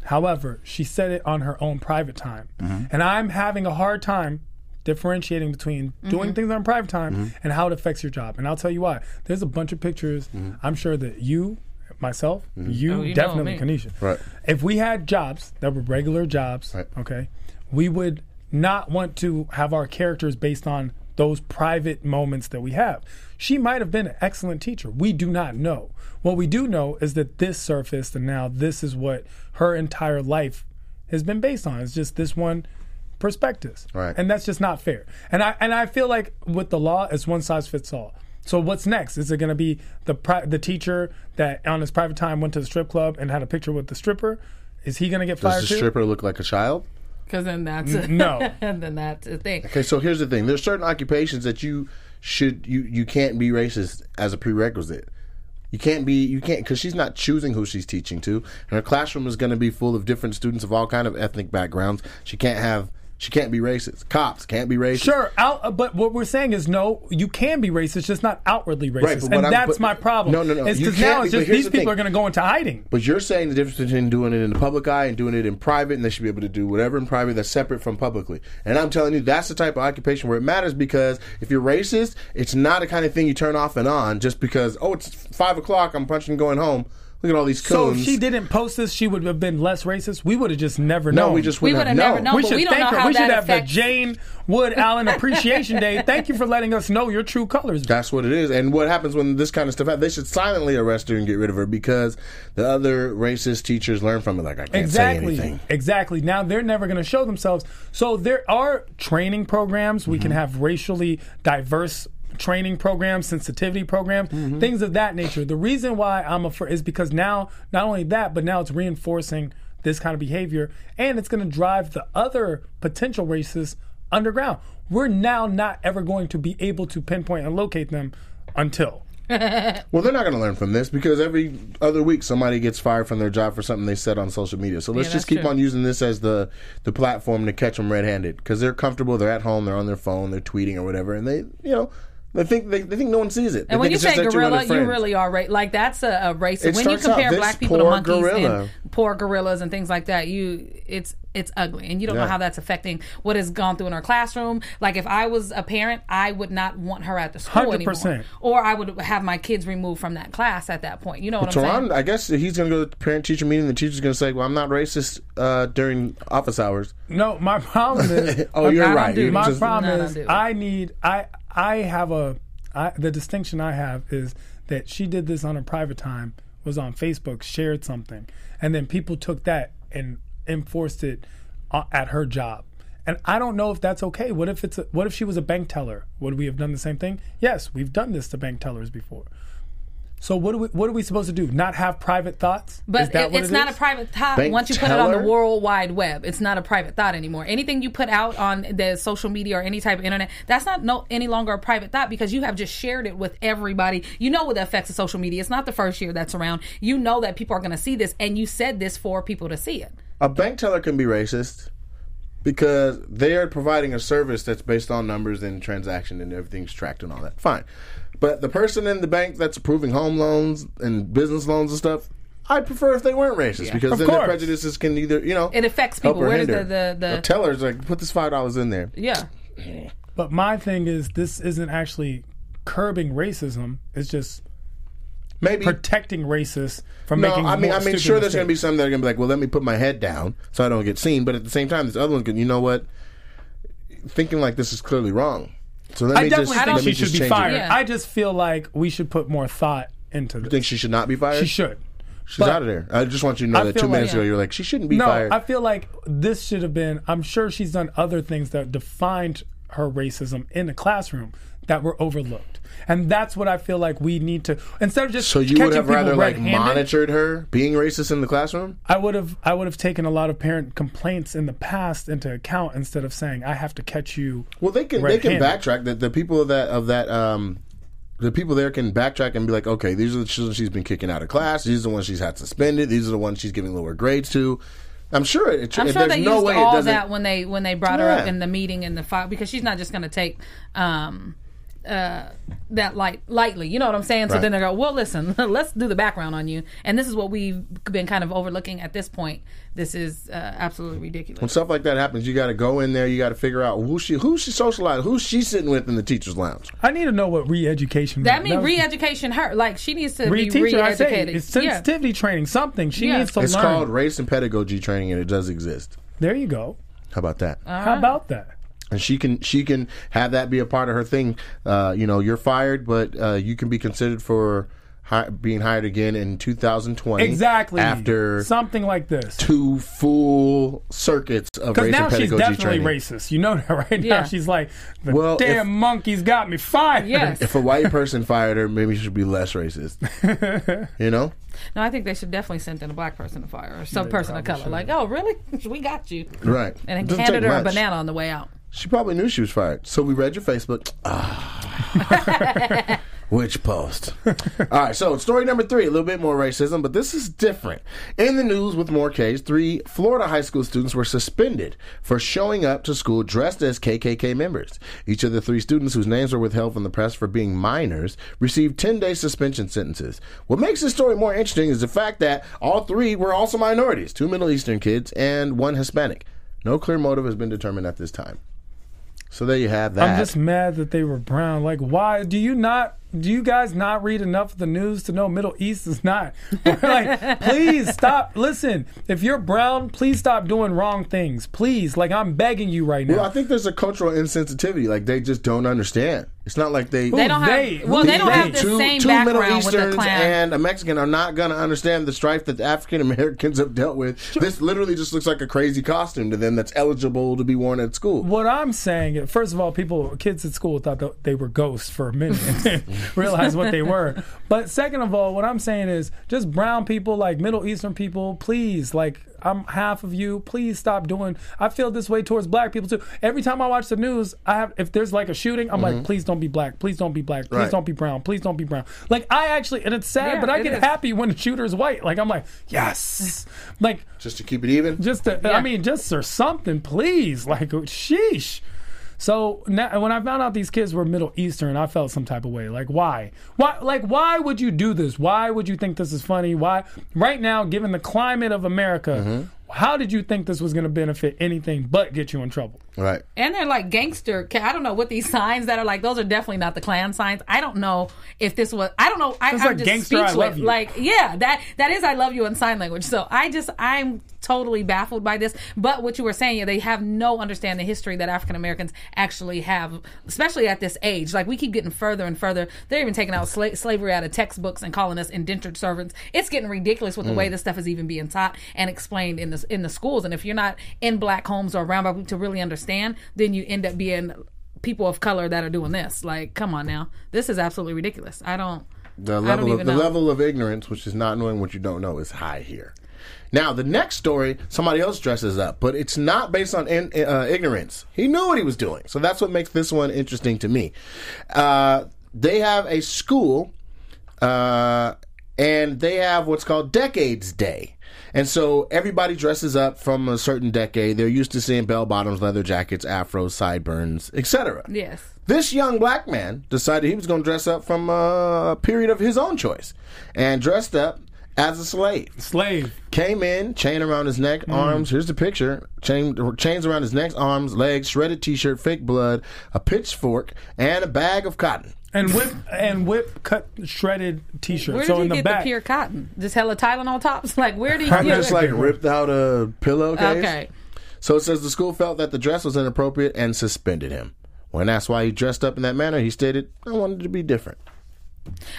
Speaker 2: However, she said it on her own private time. And I'm having a hard time differentiating between doing things on private time and how it affects your job. And I'll tell you why. There's a bunch of pictures I'm sure that you, myself, you,
Speaker 3: Oh, you know
Speaker 2: definitely,
Speaker 3: me.
Speaker 2: Kanisha.
Speaker 1: Right.
Speaker 2: If we had jobs that were regular jobs,
Speaker 1: Right.
Speaker 2: okay, we would not want to have our characters based on those private moments that we have. She might have been an excellent teacher. We do not know. What we do know is that this surfaced, and now this is what her entire life has been based on. It's just this one perspectives,
Speaker 1: Right.
Speaker 2: And that's just not fair. And I and I feel like with the law, it's one size fits all. So what's next? Is it going to be the pri- the teacher that on his private time went to the strip club and had a picture with the stripper? Is he going to get fired
Speaker 1: Does the
Speaker 2: too?
Speaker 1: stripper look like a child?
Speaker 3: Because then that's a,
Speaker 2: no.
Speaker 3: then that's a thing.
Speaker 1: Okay, so here's the thing: there's certain occupations that you should you you can't be racist as a prerequisite. You can't be you can't because she's not choosing who she's teaching to, and her classroom is going to be full of different students of all kind of ethnic backgrounds. She can't have she can't be racist. Cops can't be racist.
Speaker 2: Sure, out, uh, but what we're saying is no. You can be racist, just not outwardly racist,
Speaker 1: Right, but what
Speaker 2: and
Speaker 1: I'm-
Speaker 2: that's
Speaker 1: but-
Speaker 2: my problem.
Speaker 1: No, no, no, you
Speaker 2: because
Speaker 1: can't
Speaker 2: now
Speaker 1: be,
Speaker 2: it's
Speaker 1: but
Speaker 2: just
Speaker 1: here's
Speaker 2: these
Speaker 1: the
Speaker 2: people
Speaker 1: thing.
Speaker 2: are going to go into hiding.
Speaker 1: But you're saying the difference between doing it in the public eye and doing it in private, and they should be able to do whatever in private that's separate from publicly. And I'm telling you, that's the type of occupation where it matters because if you're racist, it's not the kind of thing you turn off and on just because oh, it's five o'clock, I'm punching, and going home. Look at all these
Speaker 2: So if
Speaker 1: coons.
Speaker 2: she didn't post this, she would have been less racist. We would have just never
Speaker 1: no,
Speaker 2: known.
Speaker 1: we just
Speaker 3: We
Speaker 1: wouldn't have known.
Speaker 3: would've never known.
Speaker 2: we
Speaker 3: but
Speaker 2: should
Speaker 3: we don't
Speaker 2: thank
Speaker 3: know
Speaker 2: her.
Speaker 3: how
Speaker 2: We should
Speaker 3: that
Speaker 2: have the
Speaker 3: affects-
Speaker 2: Jane Wood Allen Appreciation Day. Thank you for letting us know your true colors.
Speaker 1: That's what it is. And what happens when this kind of stuff happens? They should silently arrest her and get rid of her because the other racist teachers learn from it. Like I can't say
Speaker 2: Exactly.
Speaker 1: anything.
Speaker 2: Exactly. Now they're never going to show themselves. So there are training programs. We
Speaker 1: Mm-hmm.
Speaker 2: can have racially diverse training programs, sensitivity programs,
Speaker 1: Mm-hmm.
Speaker 2: things of that nature. The reason why I'm afraid is because now, not only that, but now it's reinforcing this kind of behavior and it's going to drive the other potential racists underground. We're now not ever going to be able to pinpoint and locate them until.
Speaker 1: Well, they're not going to learn from this because every other week somebody gets fired from their job for something they said on social media. So let's just
Speaker 3: Yeah, that's
Speaker 1: keep
Speaker 3: true.
Speaker 1: on using this as the the platform to catch them red-handed because they're comfortable, they're at home, they're on their phone, they're tweeting or whatever, and they, you know, they think they, they think no one sees it. They
Speaker 3: And when
Speaker 1: think
Speaker 3: you
Speaker 1: it's just
Speaker 3: say
Speaker 1: that and
Speaker 3: gorilla,
Speaker 1: their
Speaker 3: you
Speaker 1: friends.
Speaker 3: really are right. Like that's a, a race.
Speaker 1: It
Speaker 3: when you
Speaker 1: starts out,
Speaker 3: compare
Speaker 1: this
Speaker 3: black people to
Speaker 1: poor
Speaker 3: monkeys
Speaker 1: gorilla.
Speaker 3: and poor gorillas and things like that, you it's it's ugly, and you don't
Speaker 1: Yeah.
Speaker 3: know how that's affecting what has gone through in our classroom. Like if I was a parent, I would not want her at the school
Speaker 2: 100%.
Speaker 3: anymore, or I would have my kids removed from that class at that point. You know what I'm
Speaker 1: Teron,
Speaker 3: saying?
Speaker 1: I guess he's going to go to the parent-teacher meeting. The teacher's going to say, "Well, I'm not racist uh, during office hours."
Speaker 2: No, my problem is.
Speaker 1: Oh, you're
Speaker 3: I don't
Speaker 1: right.
Speaker 3: do
Speaker 1: You
Speaker 3: that.
Speaker 2: my
Speaker 1: just-
Speaker 2: problem
Speaker 3: No,
Speaker 2: is
Speaker 3: no, dude.
Speaker 2: I need I I have a I, the distinction I have is that she did this on her private time was on Facebook shared something and then people took that and enforced it uh, at her job and I don't know if that's okay what if it's a, what if she was a bank teller would we have done the same thing yes we've done this to bank tellers before so what are we what are we supposed to do not have private thoughts Is
Speaker 3: But
Speaker 2: that
Speaker 3: it,
Speaker 2: what
Speaker 3: it's
Speaker 2: it
Speaker 3: not
Speaker 2: is?
Speaker 3: a private thought.
Speaker 1: Bank
Speaker 3: Once you put it on the
Speaker 1: teller?
Speaker 3: World Wide Web, it's not a private thought anymore. Anything you put out on the social media or any type of internet, that's not no any longer a private thought because you have just shared it with everybody. You know what the effects of social media. It's not the first year that's around. You know that people are going to see this, and you said this for people to see it.
Speaker 1: A bank teller can be racist because they are providing a service that's based on numbers and transaction and everything's tracked and all that. Fine. But the person in the bank that's approving home loans and business loans and stuff, I'd prefer if they weren't racist because
Speaker 2: Of
Speaker 1: then their
Speaker 2: course.
Speaker 1: prejudices can either, you know,
Speaker 3: It affects
Speaker 1: help
Speaker 3: people.
Speaker 1: or
Speaker 3: Where does
Speaker 1: hinder.
Speaker 3: the the, the,
Speaker 1: teller's like put this five dollars in there?
Speaker 3: yeah?
Speaker 2: But my thing is, this isn't actually curbing racism. It's just
Speaker 1: Maybe
Speaker 2: protecting racists from
Speaker 1: No,
Speaker 2: making.
Speaker 1: I mean,
Speaker 2: more
Speaker 1: I mean,
Speaker 2: stupid
Speaker 1: sure, there's going to be
Speaker 2: mistakes.
Speaker 1: some that are going to be like, well, let me put my head down so I don't get seen. But at the same time, this other one's going, you know what? Thinking like this is clearly wrong. So let
Speaker 2: I
Speaker 1: me
Speaker 2: definitely
Speaker 1: just,
Speaker 2: think
Speaker 1: let me
Speaker 2: she should
Speaker 1: just
Speaker 2: be
Speaker 1: change it.
Speaker 2: fired.
Speaker 3: Yeah.
Speaker 2: I just feel like we should put more thought into this.
Speaker 1: think she should not be fired?
Speaker 2: She should.
Speaker 1: She's out of there. I just want you to know
Speaker 2: I
Speaker 1: that
Speaker 2: feel
Speaker 1: two
Speaker 2: like-
Speaker 1: minutes ago you were like, she shouldn't be
Speaker 2: No,
Speaker 1: fired.
Speaker 2: I feel like this should have been. I'm sure she's done other things that defined her racism in the classroom that were overlooked, and that's what I feel like we need to. Instead of just
Speaker 1: so you
Speaker 2: catching
Speaker 1: would have
Speaker 2: people
Speaker 1: rather like
Speaker 2: red-handed-
Speaker 1: monitored her being racist in the classroom?
Speaker 2: I would have I would have taken a lot of parent complaints in the past into account instead of saying I have to catch you.
Speaker 1: Well, they can they can
Speaker 2: red-handed.
Speaker 1: backtrack that the people of that of that um the people there can backtrack and be like, okay, these are the children she's been kicking out of class. These are the ones she's had suspended. These are the ones she's giving lower grades to. I'm sure it.
Speaker 3: I'm
Speaker 1: it-
Speaker 3: sure
Speaker 1: there's
Speaker 3: they
Speaker 1: no
Speaker 3: used
Speaker 1: way it
Speaker 3: all
Speaker 1: doesn't.
Speaker 3: that when they when they brought her up
Speaker 1: Yeah.
Speaker 3: in the meeting in the file because she's not just going to take um, uh, that light lightly. You know what I'm saying? So
Speaker 1: Right.
Speaker 3: then they go, well, listen, let's do the background on you, and this is what we've been kind of overlooking at this point. This is uh, absolutely
Speaker 1: when
Speaker 3: ridiculous.
Speaker 1: stuff like that happens, you got to go in there. You got to figure out who she who she socialized, who she's sitting with in the teachers' lounge.
Speaker 2: I need to know what re-education.
Speaker 3: That
Speaker 2: means.
Speaker 3: means re-education her. Like she needs to be
Speaker 2: re-teacher. I say
Speaker 3: re-educated.
Speaker 2: it's
Speaker 3: Yeah.
Speaker 2: sensitivity training. Something she
Speaker 3: Yeah.
Speaker 2: needs to
Speaker 1: It's
Speaker 2: learn.
Speaker 1: called race and pedagogy training, and it does exist.
Speaker 2: there you go.
Speaker 1: How about that?
Speaker 3: Uh-huh.
Speaker 2: How about that?
Speaker 1: and she can she can have that be a part of her thing. Uh, you know, you're fired, but uh, you can be considered for hi- being hired again in 2020.
Speaker 2: Exactly.
Speaker 1: after
Speaker 2: something like this.
Speaker 1: two full circuits of
Speaker 2: Because
Speaker 1: race
Speaker 2: now
Speaker 1: and
Speaker 2: she's
Speaker 1: pedagogy
Speaker 2: definitely
Speaker 1: training.
Speaker 2: racist. You know that right now.
Speaker 3: Yeah.
Speaker 2: She's like, the
Speaker 1: Well,
Speaker 2: damn
Speaker 1: if-
Speaker 2: monkeys got me fired.
Speaker 3: Yes.
Speaker 1: If a white person fired her, maybe she should be less racist. you know,
Speaker 3: No, I think they should definitely send in a black person to fire or some person of color. Like, oh, really? we got you.
Speaker 1: right? Doesn't
Speaker 3: And then handed
Speaker 1: take
Speaker 3: her a
Speaker 1: much.
Speaker 3: banana on the way out.
Speaker 1: She probably knew she was fired. So we read your Facebook. Ah. Which post? All right, so story number three, a little bit more racism, but this is different. In the news with more K's, three Florida high school students were suspended for showing up to school dressed as KKK members. Each of the three students, whose names were withheld from the press for being minors, received 10 day suspension sentences. What makes this story more interesting is the fact that all three were also minorities two Middle Eastern kids and one Hispanic. No clear motive has been determined at this time. So there you have that.
Speaker 2: I'm just mad that they were brown. Like, why do you not? Do you guys not read enough of the news to know Middle East is not? We're like, please stop. Listen, if you're brown, please stop doing wrong things. Please, like, I'm begging you right now.
Speaker 1: Well, I think there's a cultural insensitivity. Like they just don't understand. It's not like they.
Speaker 3: They don't have.
Speaker 2: They-
Speaker 3: well, they don't
Speaker 2: they-
Speaker 3: have the
Speaker 1: two,
Speaker 3: same
Speaker 1: two Middle
Speaker 3: background with the
Speaker 1: Easterns
Speaker 3: clan.
Speaker 1: and a Mexican are not going to understand the strife that African Americans have dealt with. This literally just looks like a crazy costume to them that's eligible to be worn at school.
Speaker 2: What I'm saying, first of all, people, kids at school thought that they were ghosts for a minute, and realized what they were. But second of all, what I'm saying is, just brown people, like Middle Eastern people, please, like, I'm half of you. Please stop doing. I feel this way towards black people too. Every time I watch the news, I have if there's like a shooting, I'm like, please don't be black. Please don't be black. Please
Speaker 1: Right.
Speaker 2: don't be brown. Please don't be brown. Like I actually, and it's sad,
Speaker 3: Yeah,
Speaker 2: but I
Speaker 3: it
Speaker 2: get
Speaker 3: is.
Speaker 2: happy when the shooter is white. Like I'm like, yes. like
Speaker 1: Just to keep it even.
Speaker 2: just to, I
Speaker 3: Yeah.
Speaker 2: mean, just or something, please. Like, oh, sheesh. So now, when I found out these kids were Middle Eastern, I felt some type of way. Like, why? Why? Like, why would you do this? Why would you think this is funny? Why? Right now, given the climate of America,
Speaker 3: Mm-hmm.
Speaker 2: how did you think this was going to benefit anything but get you in trouble?
Speaker 1: right.
Speaker 3: And they're like gangster. ca- I don't know what these signs that are like. Those are definitely not the Klan signs. I don't know if this was. I don't know. I, I'm
Speaker 2: It's like
Speaker 3: just
Speaker 2: gangster, I
Speaker 3: speechless.
Speaker 2: love you.
Speaker 3: Like yeah, that that is I love you in sign language. So I just I'm totally baffled by this. But what you were saying, yeah, they have no understanding the history that African Americans actually have, especially at this age. Like we keep getting further and further. They're even taking out sla- slavery out of textbooks and calling us indentured servants. It's getting ridiculous with the way this stuff is even being taught and explained in the in the schools. And if you're not in black homes or around black people to really understand, then you end up being people of color that are doing this. Like, come on now, this is absolutely ridiculous. I don't.
Speaker 1: The
Speaker 3: don't
Speaker 1: level of,
Speaker 3: even
Speaker 1: the
Speaker 3: know.
Speaker 1: level of ignorance, which is not knowing what you don't know, is high here. Now the next story, somebody else dresses up, but it's not based on in, uh, ignorance. He knew what he was doing, so that's what makes this one interesting to me. Uh, they have a school, uh, and they have what's called Decades Day. And so everybody dresses up from a certain decade. They're used to seeing bell bottoms, leather jackets, afros, sideburns, etc.
Speaker 3: Yes.
Speaker 1: This young black man decided he was going to dress up from uh, a period of his own choice and dressed up as a slave.
Speaker 2: Slave.
Speaker 1: Came in, chain around his neck, arms. Here's the picture chain, chains around his neck, arms, legs, shredded t shirt, fake blood, a pitchfork, and a bag of cotton.
Speaker 2: And whip and whip cut shredded t-shirt.
Speaker 3: Where did
Speaker 2: so
Speaker 3: you
Speaker 2: in the
Speaker 3: get
Speaker 2: back,
Speaker 3: the pure cotton? Just hella Tylenol tops? Like, where do you?
Speaker 1: Probably just like ripped out a pillowcase.
Speaker 3: Okay.
Speaker 1: So it says the school felt that the dress was inappropriate and suspended him. When asked why he dressed up in that manner, he stated, I wanted to be different.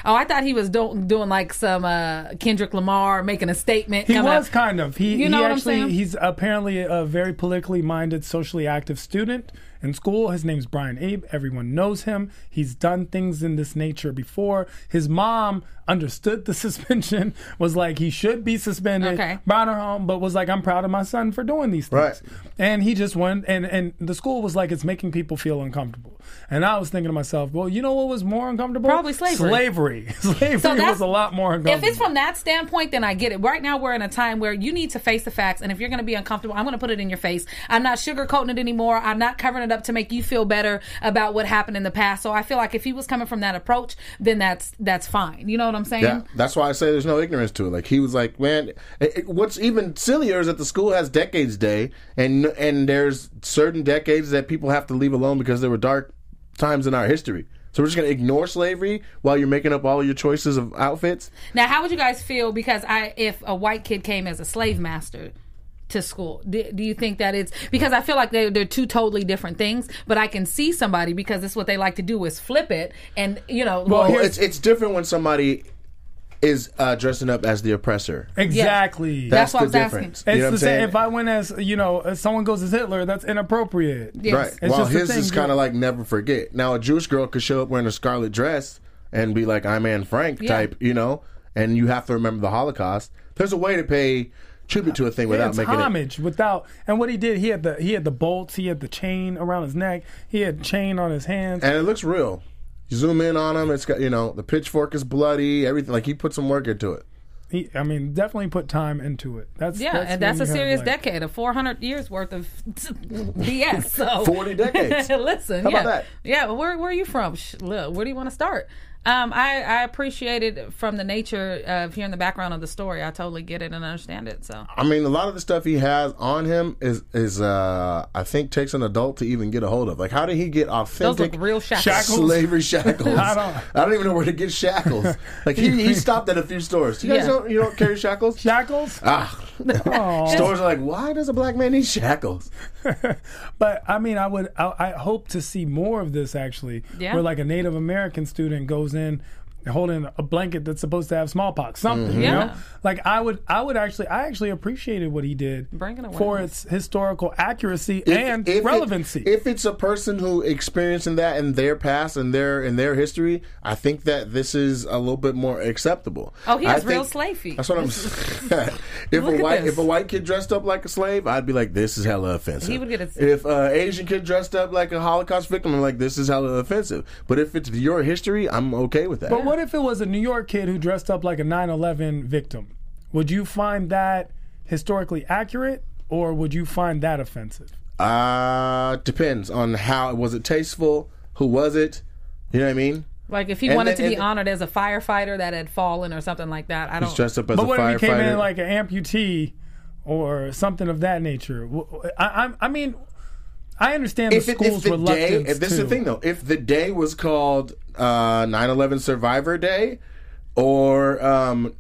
Speaker 3: Oh, I thought he was do- doing like some uh, Kendrick Lamar making a statement.
Speaker 2: He
Speaker 3: coming
Speaker 2: was
Speaker 3: up.
Speaker 2: kind of. He,
Speaker 3: You know
Speaker 2: he
Speaker 3: what I'm
Speaker 2: actually
Speaker 3: saying?
Speaker 2: he's apparently a very politically minded, socially active student in school. His name's Brian Abe. Everyone knows him. He's done things in this nature before. His mom understood the suspension, was like he should be suspended,
Speaker 3: Okay.
Speaker 2: brought her home, but was like, I'm proud of my son for doing these
Speaker 1: Right.
Speaker 2: things. And he just went and, and the school was like, it's making people feel uncomfortable. And I was thinking to myself, well, you know what was more uncomfortable?
Speaker 3: Probably slavery.
Speaker 2: Slavery. slavery was
Speaker 3: that's-
Speaker 2: a lot more
Speaker 3: If
Speaker 2: uncomfortable.
Speaker 3: it's from that standpoint, then I get it. Right now, we're in a time where you need to face the facts, and if you're going to be uncomfortable, I'm going to put it in your face. I'm not sugarcoating it anymore. I'm not covering it up to make you feel better about what happened in the past. So I feel like if he was coming from that approach, then that's that's fine. You know what I'm saying?
Speaker 1: Yeah, that's why I say there's no ignorance to it. Like he was like, man, it, it- what's even sillier is that the school has Decades Day, and and there's certain decades that people have to leave alone because there were dark times in our history. So we're just gonna ignore slavery while you're making up all your choices of outfits.
Speaker 3: Now, how would you guys feel? Because I, if a white kid came as a slave master to school, do, do you think that it's because I feel like they're, they're two totally different things? But I can see somebody because it's what they like to do is flip it, and you know,
Speaker 2: Well,
Speaker 1: Well,
Speaker 2: Oh, here's-
Speaker 1: it's it's different when somebody is uh, dressing up as the oppressor.
Speaker 2: exactly.
Speaker 1: That's,
Speaker 3: That's what I was
Speaker 1: the
Speaker 3: asking.
Speaker 1: difference.
Speaker 2: It's
Speaker 1: You know what
Speaker 2: the
Speaker 1: I'm
Speaker 2: same.
Speaker 1: saying?
Speaker 2: If I went as you know, if someone goes as Hitler, that's inappropriate.
Speaker 1: Right.
Speaker 3: It's
Speaker 1: well,
Speaker 2: just the
Speaker 1: his
Speaker 2: thing,
Speaker 1: is
Speaker 2: dude.
Speaker 1: kind of like never forget. Now, a Jewish girl could show up wearing a scarlet dress and be like, I'm Anne Frank
Speaker 3: Yeah.
Speaker 1: type, you know, and you have to remember the Holocaust. There's a way to pay tribute to a thing without
Speaker 2: it's
Speaker 1: making it.
Speaker 2: homage without. And what he did, he had the he had the bolts, he had the chain around his neck, he had chain on his hands.
Speaker 1: And it looks real. You zoom in on him, it's got, you know, the pitchfork is bloody, everything. Like, he put some work into it.
Speaker 2: He, I mean, definitely put time into it. That's
Speaker 3: Yeah, and that's
Speaker 2: when
Speaker 3: a
Speaker 2: you have,
Speaker 3: serious
Speaker 2: like-
Speaker 3: decade of 400 years worth of BS. So
Speaker 1: 40 decades.
Speaker 3: Listen,
Speaker 1: How
Speaker 3: yeah,
Speaker 1: about that?
Speaker 3: yeah. Where where are you from? Sh- Look, where do you want to start? Um, I I appreciated from the nature of hearing the background of the story. I totally get it and understand it. So
Speaker 1: I mean, a lot of the stuff he has on him is, is uh I think, takes an adult to even get a hold of. Like, how did he get
Speaker 3: those
Speaker 1: authentic
Speaker 3: look real shackles.
Speaker 2: Shackles?
Speaker 1: Slavery shackles.
Speaker 2: I
Speaker 1: I
Speaker 2: don't-
Speaker 1: don't, even know where to get shackles. Like he, he stopped at a few stores. You guys
Speaker 3: Yeah.
Speaker 1: don't you don't carry shackles?
Speaker 2: shackles.
Speaker 1: ah,
Speaker 2: Aw.
Speaker 1: stores are like, why does a black man need shackles?
Speaker 2: but I mean, I would, I, I hope to see more of this actually,
Speaker 3: Yeah.
Speaker 2: where like a Native American student goes in They're holding a blanket that's supposed to have smallpox, something. You
Speaker 3: Mm-hmm. Yeah.
Speaker 2: know, like I would, I would actually, I actually appreciated what he did
Speaker 3: Bringing awareness.
Speaker 2: for its historical accuracy
Speaker 1: If-
Speaker 2: and
Speaker 1: if it-
Speaker 2: relevancy.
Speaker 1: if it's a person who experiencing that in their past and their in their history, I think that this is a little bit more acceptable.
Speaker 3: Oh, he has
Speaker 1: I
Speaker 3: real
Speaker 1: think-
Speaker 3: slave feet.
Speaker 1: That's what I'm. saying. if
Speaker 3: Look
Speaker 1: a
Speaker 3: at
Speaker 1: white
Speaker 3: this.
Speaker 1: if a white kid dressed up like a slave, I'd be like, this is hella offensive.
Speaker 3: He would get a-
Speaker 1: If uh, Asian kid dressed up like a Holocaust victim, I'm like, this is hella offensive. But if it's your history, I'm okay with that.
Speaker 2: But what if it was a New York kid who dressed up like a 9 11 victim? Would you find that historically accurate or would you find that offensive?
Speaker 1: Uh depends on how was it tasteful? Who was it? You know what I mean?
Speaker 3: Like if he
Speaker 1: And
Speaker 3: wanted
Speaker 1: then-
Speaker 3: to be
Speaker 1: and-
Speaker 3: honored as a firefighter that had fallen or something like that, I don't.
Speaker 1: He's dressed up as
Speaker 2: But
Speaker 1: a
Speaker 2: what if he came in
Speaker 1: firefighter.
Speaker 2: like an amputee or something of that nature? W- w- I, I, I mean, I understand the school's
Speaker 1: day,
Speaker 2: reluctance.
Speaker 1: if this is the
Speaker 2: to-
Speaker 1: thing though, if the day was called uh 9/11 Survivor Day or um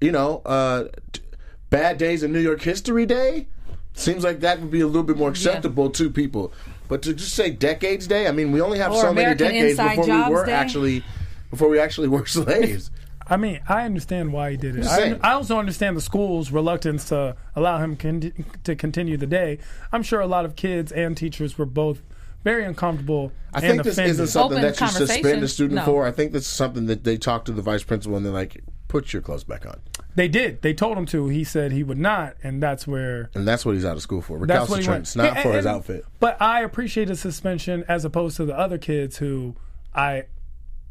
Speaker 1: you know, uh t- Bad Days in New York History Day, seems like that would be a little bit more acceptable to people. But to just say Decades Day, I mean, we only have
Speaker 3: Or
Speaker 1: so
Speaker 3: American
Speaker 1: many decades
Speaker 3: Inside
Speaker 1: before we
Speaker 3: Jobs
Speaker 1: were
Speaker 3: Day.
Speaker 1: actually before we actually were slaves.
Speaker 2: I mean, I understand why he did it. I,
Speaker 1: saying.
Speaker 2: I also understand the school's reluctance to allow him con- to continue the day. I'm sure a lot of kids and teachers were both very uncomfortable
Speaker 1: I
Speaker 2: and
Speaker 1: think this
Speaker 2: offended.
Speaker 1: isn't something
Speaker 3: Open
Speaker 1: that you
Speaker 3: conversation.
Speaker 1: suspend a student
Speaker 3: No.
Speaker 1: for. I think this is something that they talk to the vice principal and they're like, put your clothes back on.
Speaker 2: They did. They told him to. He said he would not, and that's where
Speaker 1: And that's what he's out of school for.
Speaker 2: that's what he went.
Speaker 1: Recalcitrance, not
Speaker 2: And-
Speaker 1: for his
Speaker 2: and-
Speaker 1: outfit.
Speaker 2: But I appreciate his suspension as opposed to the other kids who I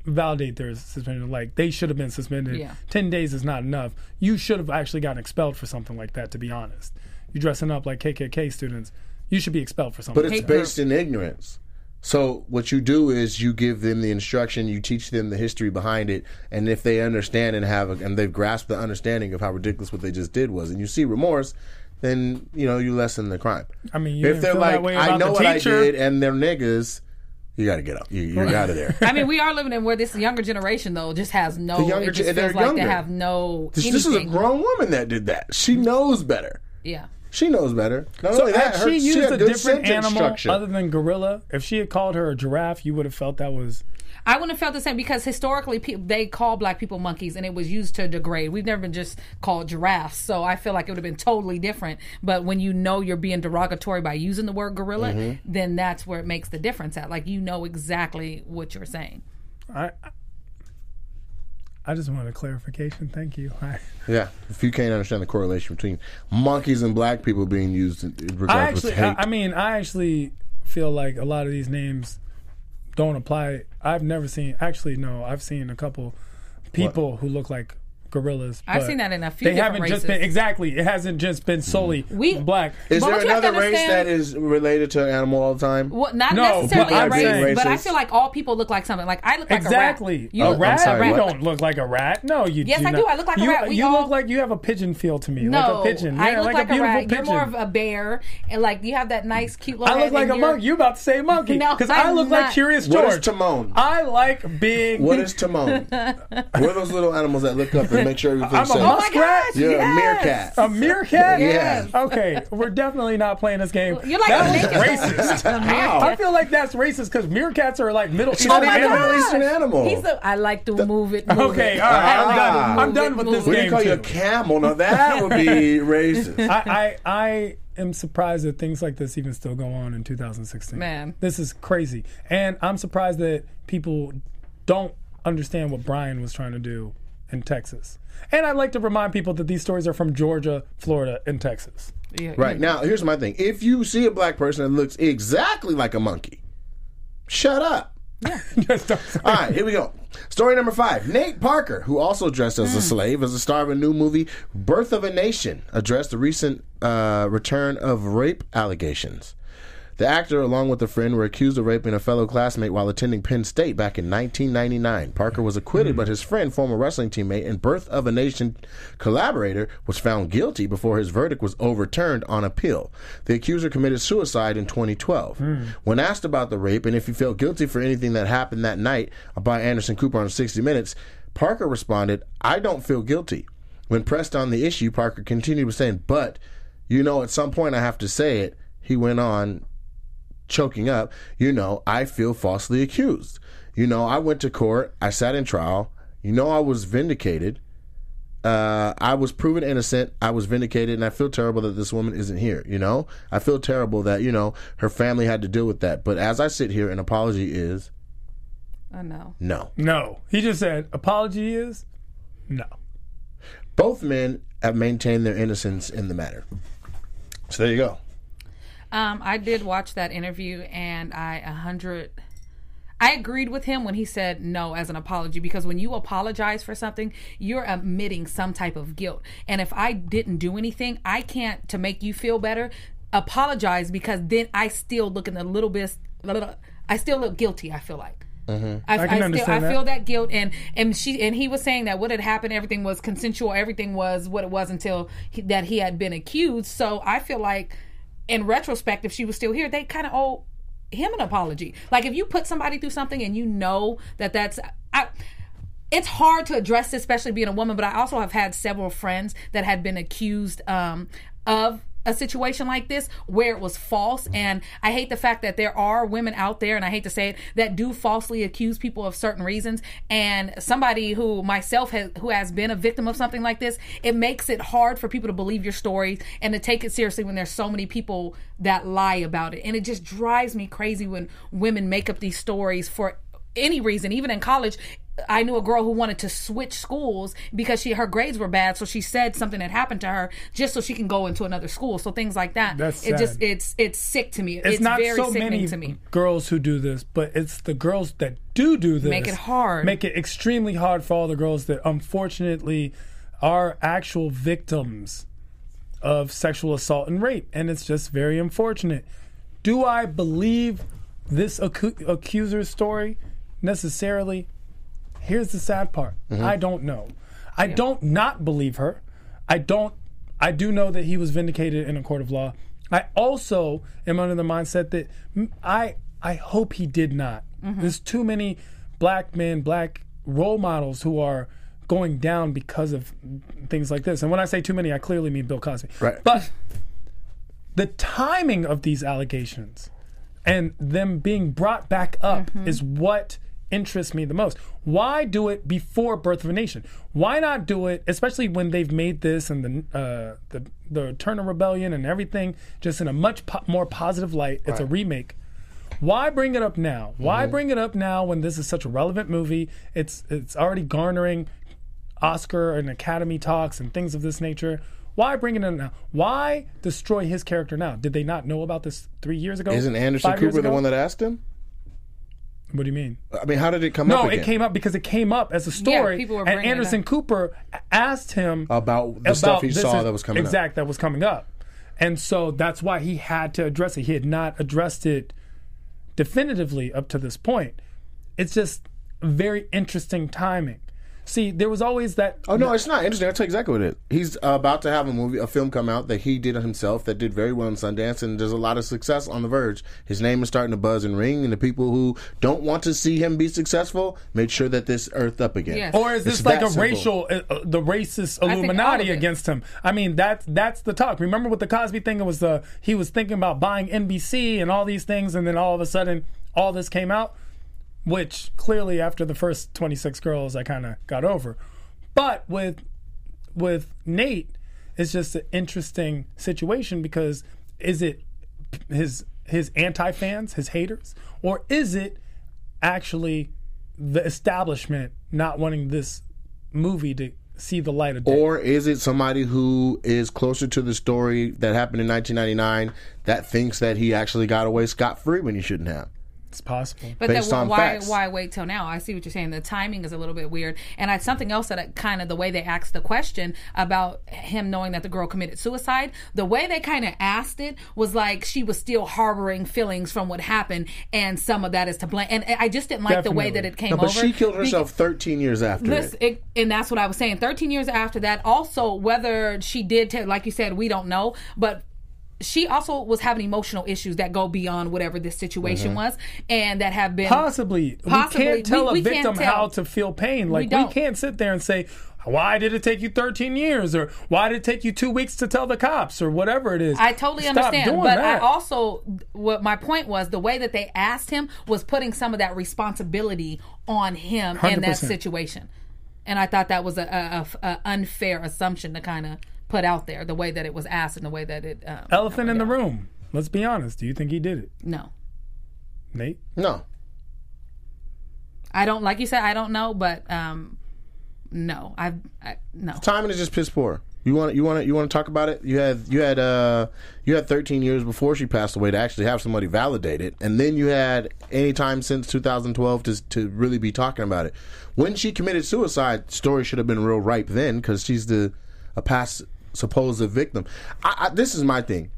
Speaker 2: validate their suspension. Like they should have been suspended.
Speaker 3: Yeah.
Speaker 2: Ten days is not enough. You should have actually gotten expelled for something like that. To be honest, you dressing up like KKK students, you should be expelled for something.
Speaker 1: But it's
Speaker 3: Hate
Speaker 1: based in ignorance. So what you do is you give them the instruction, you teach them the history behind it, and if they understand and have a, and they've grasped the understanding of how ridiculous what they just did was, and you see remorse, then you know you lessen the crime.
Speaker 2: I mean, you
Speaker 1: if
Speaker 2: didn't
Speaker 1: they're
Speaker 2: feel
Speaker 1: like,
Speaker 2: that way
Speaker 1: I
Speaker 2: about
Speaker 1: know
Speaker 2: the
Speaker 1: what I
Speaker 2: teacher.
Speaker 1: did, and they're niggas, you got to get up. You, you're out of there.
Speaker 3: I mean, we are living in where this younger generation though just has no.
Speaker 1: The younger
Speaker 3: it just
Speaker 1: gen- they're
Speaker 3: feels like
Speaker 1: younger.
Speaker 3: they have no.
Speaker 1: This,
Speaker 3: anything.
Speaker 1: this is a grown woman that did that. She knows better.
Speaker 3: Yeah.
Speaker 1: She knows better. Not
Speaker 2: So
Speaker 1: only that,
Speaker 2: had
Speaker 1: her,
Speaker 2: she used
Speaker 1: had
Speaker 2: a
Speaker 1: good
Speaker 2: different
Speaker 1: sentence
Speaker 2: animal
Speaker 1: structure.
Speaker 2: other than gorilla. If she had called her a giraffe, you would have felt that was
Speaker 3: I wouldn't have felt the same because historically pe- they call black people monkeys and it was used to degrade. We've never been just called giraffes, so I feel like it would have been totally different. But when you know you're being derogatory by using the word gorilla,
Speaker 1: Mm-hmm.
Speaker 3: then that's where it makes the difference at. Like you know exactly what you're saying.
Speaker 2: I. I just wanted a clarification. Thank you. I,
Speaker 1: Yeah, if you can't understand the correlation between monkeys and black people being used in in
Speaker 2: I
Speaker 1: regards
Speaker 2: actually,
Speaker 1: with hate,
Speaker 2: I, I mean, I actually feel like a lot of these names don't apply. I've never seen, actually, no, I've seen a couple people who look like gorillas.
Speaker 3: I've
Speaker 2: but
Speaker 3: seen that in a few
Speaker 2: They
Speaker 3: different
Speaker 2: haven't just been
Speaker 3: races.
Speaker 2: exactly. It hasn't just been solely
Speaker 3: We-
Speaker 2: black.
Speaker 1: Mm. is
Speaker 3: But
Speaker 1: there
Speaker 3: what you have to
Speaker 1: another race that
Speaker 3: understand-
Speaker 1: is related to an animal all the time?
Speaker 3: Well, not
Speaker 2: No,
Speaker 3: necessarily
Speaker 2: but
Speaker 3: a
Speaker 2: I'm
Speaker 3: race,
Speaker 2: saying-
Speaker 3: but I
Speaker 1: racist.
Speaker 3: feel like all people look like something. Like I look like
Speaker 2: Exactly.
Speaker 3: a rat. You
Speaker 2: a
Speaker 3: look
Speaker 2: rat?
Speaker 3: like a
Speaker 2: You
Speaker 3: rat.
Speaker 2: don't look like a rat. No, you.
Speaker 3: Yes,
Speaker 2: do
Speaker 3: I
Speaker 2: not.
Speaker 3: do. I look like a
Speaker 2: you,
Speaker 3: rat. We
Speaker 2: you
Speaker 3: all-
Speaker 2: look like you have a pigeon feel to me.
Speaker 3: No,
Speaker 2: like a pigeon.
Speaker 3: I
Speaker 2: Yeah,
Speaker 3: look
Speaker 2: like,
Speaker 3: like,
Speaker 2: a beautiful
Speaker 3: rat.
Speaker 2: pigeon.
Speaker 3: You're more of a bear, and like you have that nice, cute little.
Speaker 2: I
Speaker 3: head
Speaker 2: look like
Speaker 3: and
Speaker 2: a
Speaker 3: you're-
Speaker 2: monkey. You about to say monkey?
Speaker 3: No,
Speaker 2: Because I
Speaker 3: I'm
Speaker 2: look like
Speaker 3: not.
Speaker 2: Curious George.
Speaker 1: What is Timon?
Speaker 2: I like big.
Speaker 1: What is Timon? what are those little animals that look up and make sure everything's
Speaker 2: I'm a
Speaker 1: safe?
Speaker 3: Oh my
Speaker 2: Muskrat?
Speaker 3: gosh!
Speaker 1: You're
Speaker 3: yes.
Speaker 1: a meerkat.
Speaker 2: A meerkat?
Speaker 1: Yeah.
Speaker 2: Okay, we're definitely not playing this game.
Speaker 3: You're like
Speaker 2: that
Speaker 3: a
Speaker 2: was
Speaker 3: naked-
Speaker 2: racist.
Speaker 3: How?
Speaker 2: I feel like that's racist because meerkats are like Middle Eastern
Speaker 1: not
Speaker 3: Oh my
Speaker 1: even a
Speaker 2: animals.
Speaker 1: Middle Eastern
Speaker 3: gosh.
Speaker 1: animal.
Speaker 3: He's a, I like to move it. Move
Speaker 2: Okay,
Speaker 3: it.
Speaker 2: all right,
Speaker 3: I
Speaker 1: I'm
Speaker 3: like to
Speaker 1: done.
Speaker 3: move
Speaker 1: I'm
Speaker 3: it,
Speaker 2: done with
Speaker 3: move
Speaker 2: this
Speaker 3: it.
Speaker 1: we didn't
Speaker 2: game
Speaker 1: call you a
Speaker 2: too.
Speaker 1: camel. Now that would be racist.
Speaker 2: I, I I am surprised that things like this even still go on in 2016.
Speaker 3: Man.
Speaker 2: this is crazy, and I'm surprised that people don't understand what Brian was trying to do in Texas. And I'd like to remind people that these stories are from Georgia, Florida, and Texas.
Speaker 3: Yeah.
Speaker 1: Right now, here's my thing: if you see a black person that looks exactly like a monkey, shut up.
Speaker 2: Just don't say-
Speaker 1: All right, here we go. Story number five. Nate Parker, who also dressed as a slave, is the star of a new movie, Birth of a Nation, addressed the recent uh, return of rape allegations. The actor, along with a friend, were accused of raping a fellow classmate while attending Penn State back in 1999. Parker was acquitted, but his friend, former wrestling teammate, and Birth of a Nation collaborator was found guilty before his verdict was overturned on appeal. The accuser committed suicide in 2012. When asked about the rape and if he felt guilty for anything that happened that night by Anderson Cooper on 60 Minutes, Parker responded, I don't feel guilty. When pressed on the issue, Parker continued with saying, But, you know, at some point I have to say it. He went on, choking up, you know, I feel falsely accused. You know, I went to court, I sat in trial. You know, I was vindicated. Uh, I was proven innocent. I was vindicated, and I feel terrible that this woman isn't here. You know, I feel terrible that you know her family had to deal with that. But as I sit here, an apology is
Speaker 3: I know.
Speaker 1: no.
Speaker 2: No. He just said, apology is no.
Speaker 1: Both men have maintained their innocence in the matter. So there you go.
Speaker 3: Um, I did watch that interview, and I a hundred. I agreed with him when he said no as an apology because when you apologize for something, you're admitting some type of guilt. And if I didn't do anything, I can't to make you feel better. Apologize because then I still look in the little bit. Little, I still look guilty. I feel like. I, I,
Speaker 2: can
Speaker 3: still, I
Speaker 2: understand that.
Speaker 3: feel that guilt and and she and he was saying that what had happened everything was consensual everything was what it was until he, that he had been accused so I feel like in retrospect if she was still here they kind of owe him an apology like if you put somebody through something and you know that that's I it's hard to address this, especially being a woman, but I also have had several friends that had been accused um, of a situation like this where it was false. And I hate the fact that there are women out there, and I hate to say it, that do falsely accuse people of certain reasons. And somebody who myself has, who has been a victim of something like this, it makes it hard for people to believe your stories and to take it seriously when there's so many people that lie about it. And it just drives me crazy when women make up these stories for any reason, even in college, I knew a girl who wanted to switch schools because she her grades were bad, so she said something had happened to her just so she can go into another school. So things like that.
Speaker 2: That's
Speaker 3: it. Just
Speaker 2: sad.
Speaker 3: it's it's sick to me. It's,
Speaker 2: It's, not
Speaker 3: very
Speaker 2: so
Speaker 3: sickening
Speaker 2: many
Speaker 3: to me.
Speaker 2: girls who do this, but it's the girls that do do this.
Speaker 3: Make it hard.
Speaker 2: Make it extremely hard for all the girls that unfortunately are actual victims of sexual assault and rape. And it's just very unfortunate. Do I believe this acu- accuser's story necessarily? Here's the sad part I don't know. I don't not believe her. I don't. I do know that he was vindicated in a court of law. I also am under the mindset that mm, I I hope he did not. There's too many black men, black role models who are going down because of things like this. And when I say too many, I clearly mean Bill Cosby.
Speaker 1: Right.
Speaker 2: But the timing of these allegations and them being brought back up is what interests me the most. Why do it before Birth of a Nation? Why not do it, especially when they've made this and the uh, the, the Turner Rebellion and everything just in a much po- more positive light? It's a remake. Why bring it up now?
Speaker 1: Mm-hmm.
Speaker 2: Why bring it up now when this is such a relevant movie? It's it's already garnering Oscar and Academy talks and things of this nature. Why bring it in now? Why destroy his character now? Did they not know about this three years ago?
Speaker 1: Isn't Anderson
Speaker 2: Five years
Speaker 1: Cooper the
Speaker 2: ago?
Speaker 1: one that asked him?
Speaker 2: What do you mean?
Speaker 1: I mean, how did it come up?
Speaker 2: No,
Speaker 1: again?
Speaker 2: it came up because it came up as a story,
Speaker 3: people were
Speaker 2: and
Speaker 3: bringing it
Speaker 2: Anderson
Speaker 3: up.
Speaker 2: Cooper asked him
Speaker 1: About the stuff he
Speaker 2: this
Speaker 1: saw
Speaker 2: is-
Speaker 1: that was coming up.
Speaker 2: exact that was coming up, and so that's why he had to address it. He had not addressed it definitively up to this point. It's just very interesting timing. See, there was always that.
Speaker 1: Oh no, it's not interesting. I tell you exactly what it is. He's about to have a movie, a film come out that he did himself that did very well in Sundance, and there's a lot of success on the verge. His name is starting to buzz and ring, and the people who don't want to see him be successful made sure that this earth up again.
Speaker 3: Yes.
Speaker 2: Or is
Speaker 1: It's
Speaker 2: this like
Speaker 1: that
Speaker 2: a
Speaker 1: simple.
Speaker 2: racial, uh, uh, the racist
Speaker 3: all of
Speaker 2: Illuminati
Speaker 3: it.
Speaker 2: against him? I mean, that's that's the talk. Remember with the Cosby thing? It was the he was thinking about buying NBC and all these things, and then all of a sudden, all this came out. Which clearly, after the first twenty six girls, I kind of got over. But with with Nate, it's just an interesting situation because is it his his anti fans, his haters, or is it actually the establishment not wanting this movie to see the light of day?
Speaker 1: Or is it somebody who is closer to the story that happened in 1999 that thinks that he actually got away scot free when he shouldn't have?
Speaker 2: it's possible.
Speaker 3: But
Speaker 1: based
Speaker 3: then
Speaker 1: on
Speaker 3: why
Speaker 1: facts.
Speaker 3: why wait till now? I see what you're saying. The timing is a little bit weird, and I something else that I, kind of the way they asked the question about him knowing that the girl committed suicide. The way they kind of asked it was like she was still harboring feelings from what happened, and some of that is to blame. And I just didn't like the way that
Speaker 2: Definitely.
Speaker 3: it came
Speaker 1: No, but
Speaker 3: over.
Speaker 1: she killed
Speaker 3: Because-
Speaker 1: herself 13 years after.
Speaker 3: Listen,
Speaker 1: it.
Speaker 3: it, and that's what I was saying. Thirteen years after that, also whether she did, ta- like you said, we don't know, but. She also was having emotional issues that go beyond whatever this situation
Speaker 1: Mm-hmm.
Speaker 3: was, and that have been
Speaker 2: Possibly.
Speaker 3: Possibly.
Speaker 2: We can't tell
Speaker 3: We- we
Speaker 2: a
Speaker 3: can't
Speaker 2: victim
Speaker 3: tell.
Speaker 2: how to feel pain. Like, we,
Speaker 3: don't.
Speaker 2: can't sit there and say, why did it take you 13 years? Or why did it take you two weeks to tell the cops? Or whatever it is.
Speaker 3: I totally
Speaker 2: Stop
Speaker 3: understand,
Speaker 2: doing
Speaker 3: but
Speaker 2: that.
Speaker 3: I also what my point was the way that they asked him was putting some of that responsibility on him in that
Speaker 2: 100%.
Speaker 3: situation. and I thought that was a, a, a, a unfair assumption to kind of put out there the way that it was asked and the way that it um,
Speaker 2: Elephant in the room. Let's be honest. Do you think he did it,
Speaker 3: no.
Speaker 2: Nate?
Speaker 1: No.
Speaker 3: I don't like you said. I don't know, but um, no, I've I, no.
Speaker 1: Timing is just piss poor. You want you want to you want to talk about it? You had you had uh you had 13 years before she passed away to actually have somebody validate it, and then you had any time since 2012 to to really be talking about it. When she committed suicide, story should have been real ripe then because she's the a past supposed victim. I, I, this is my thing.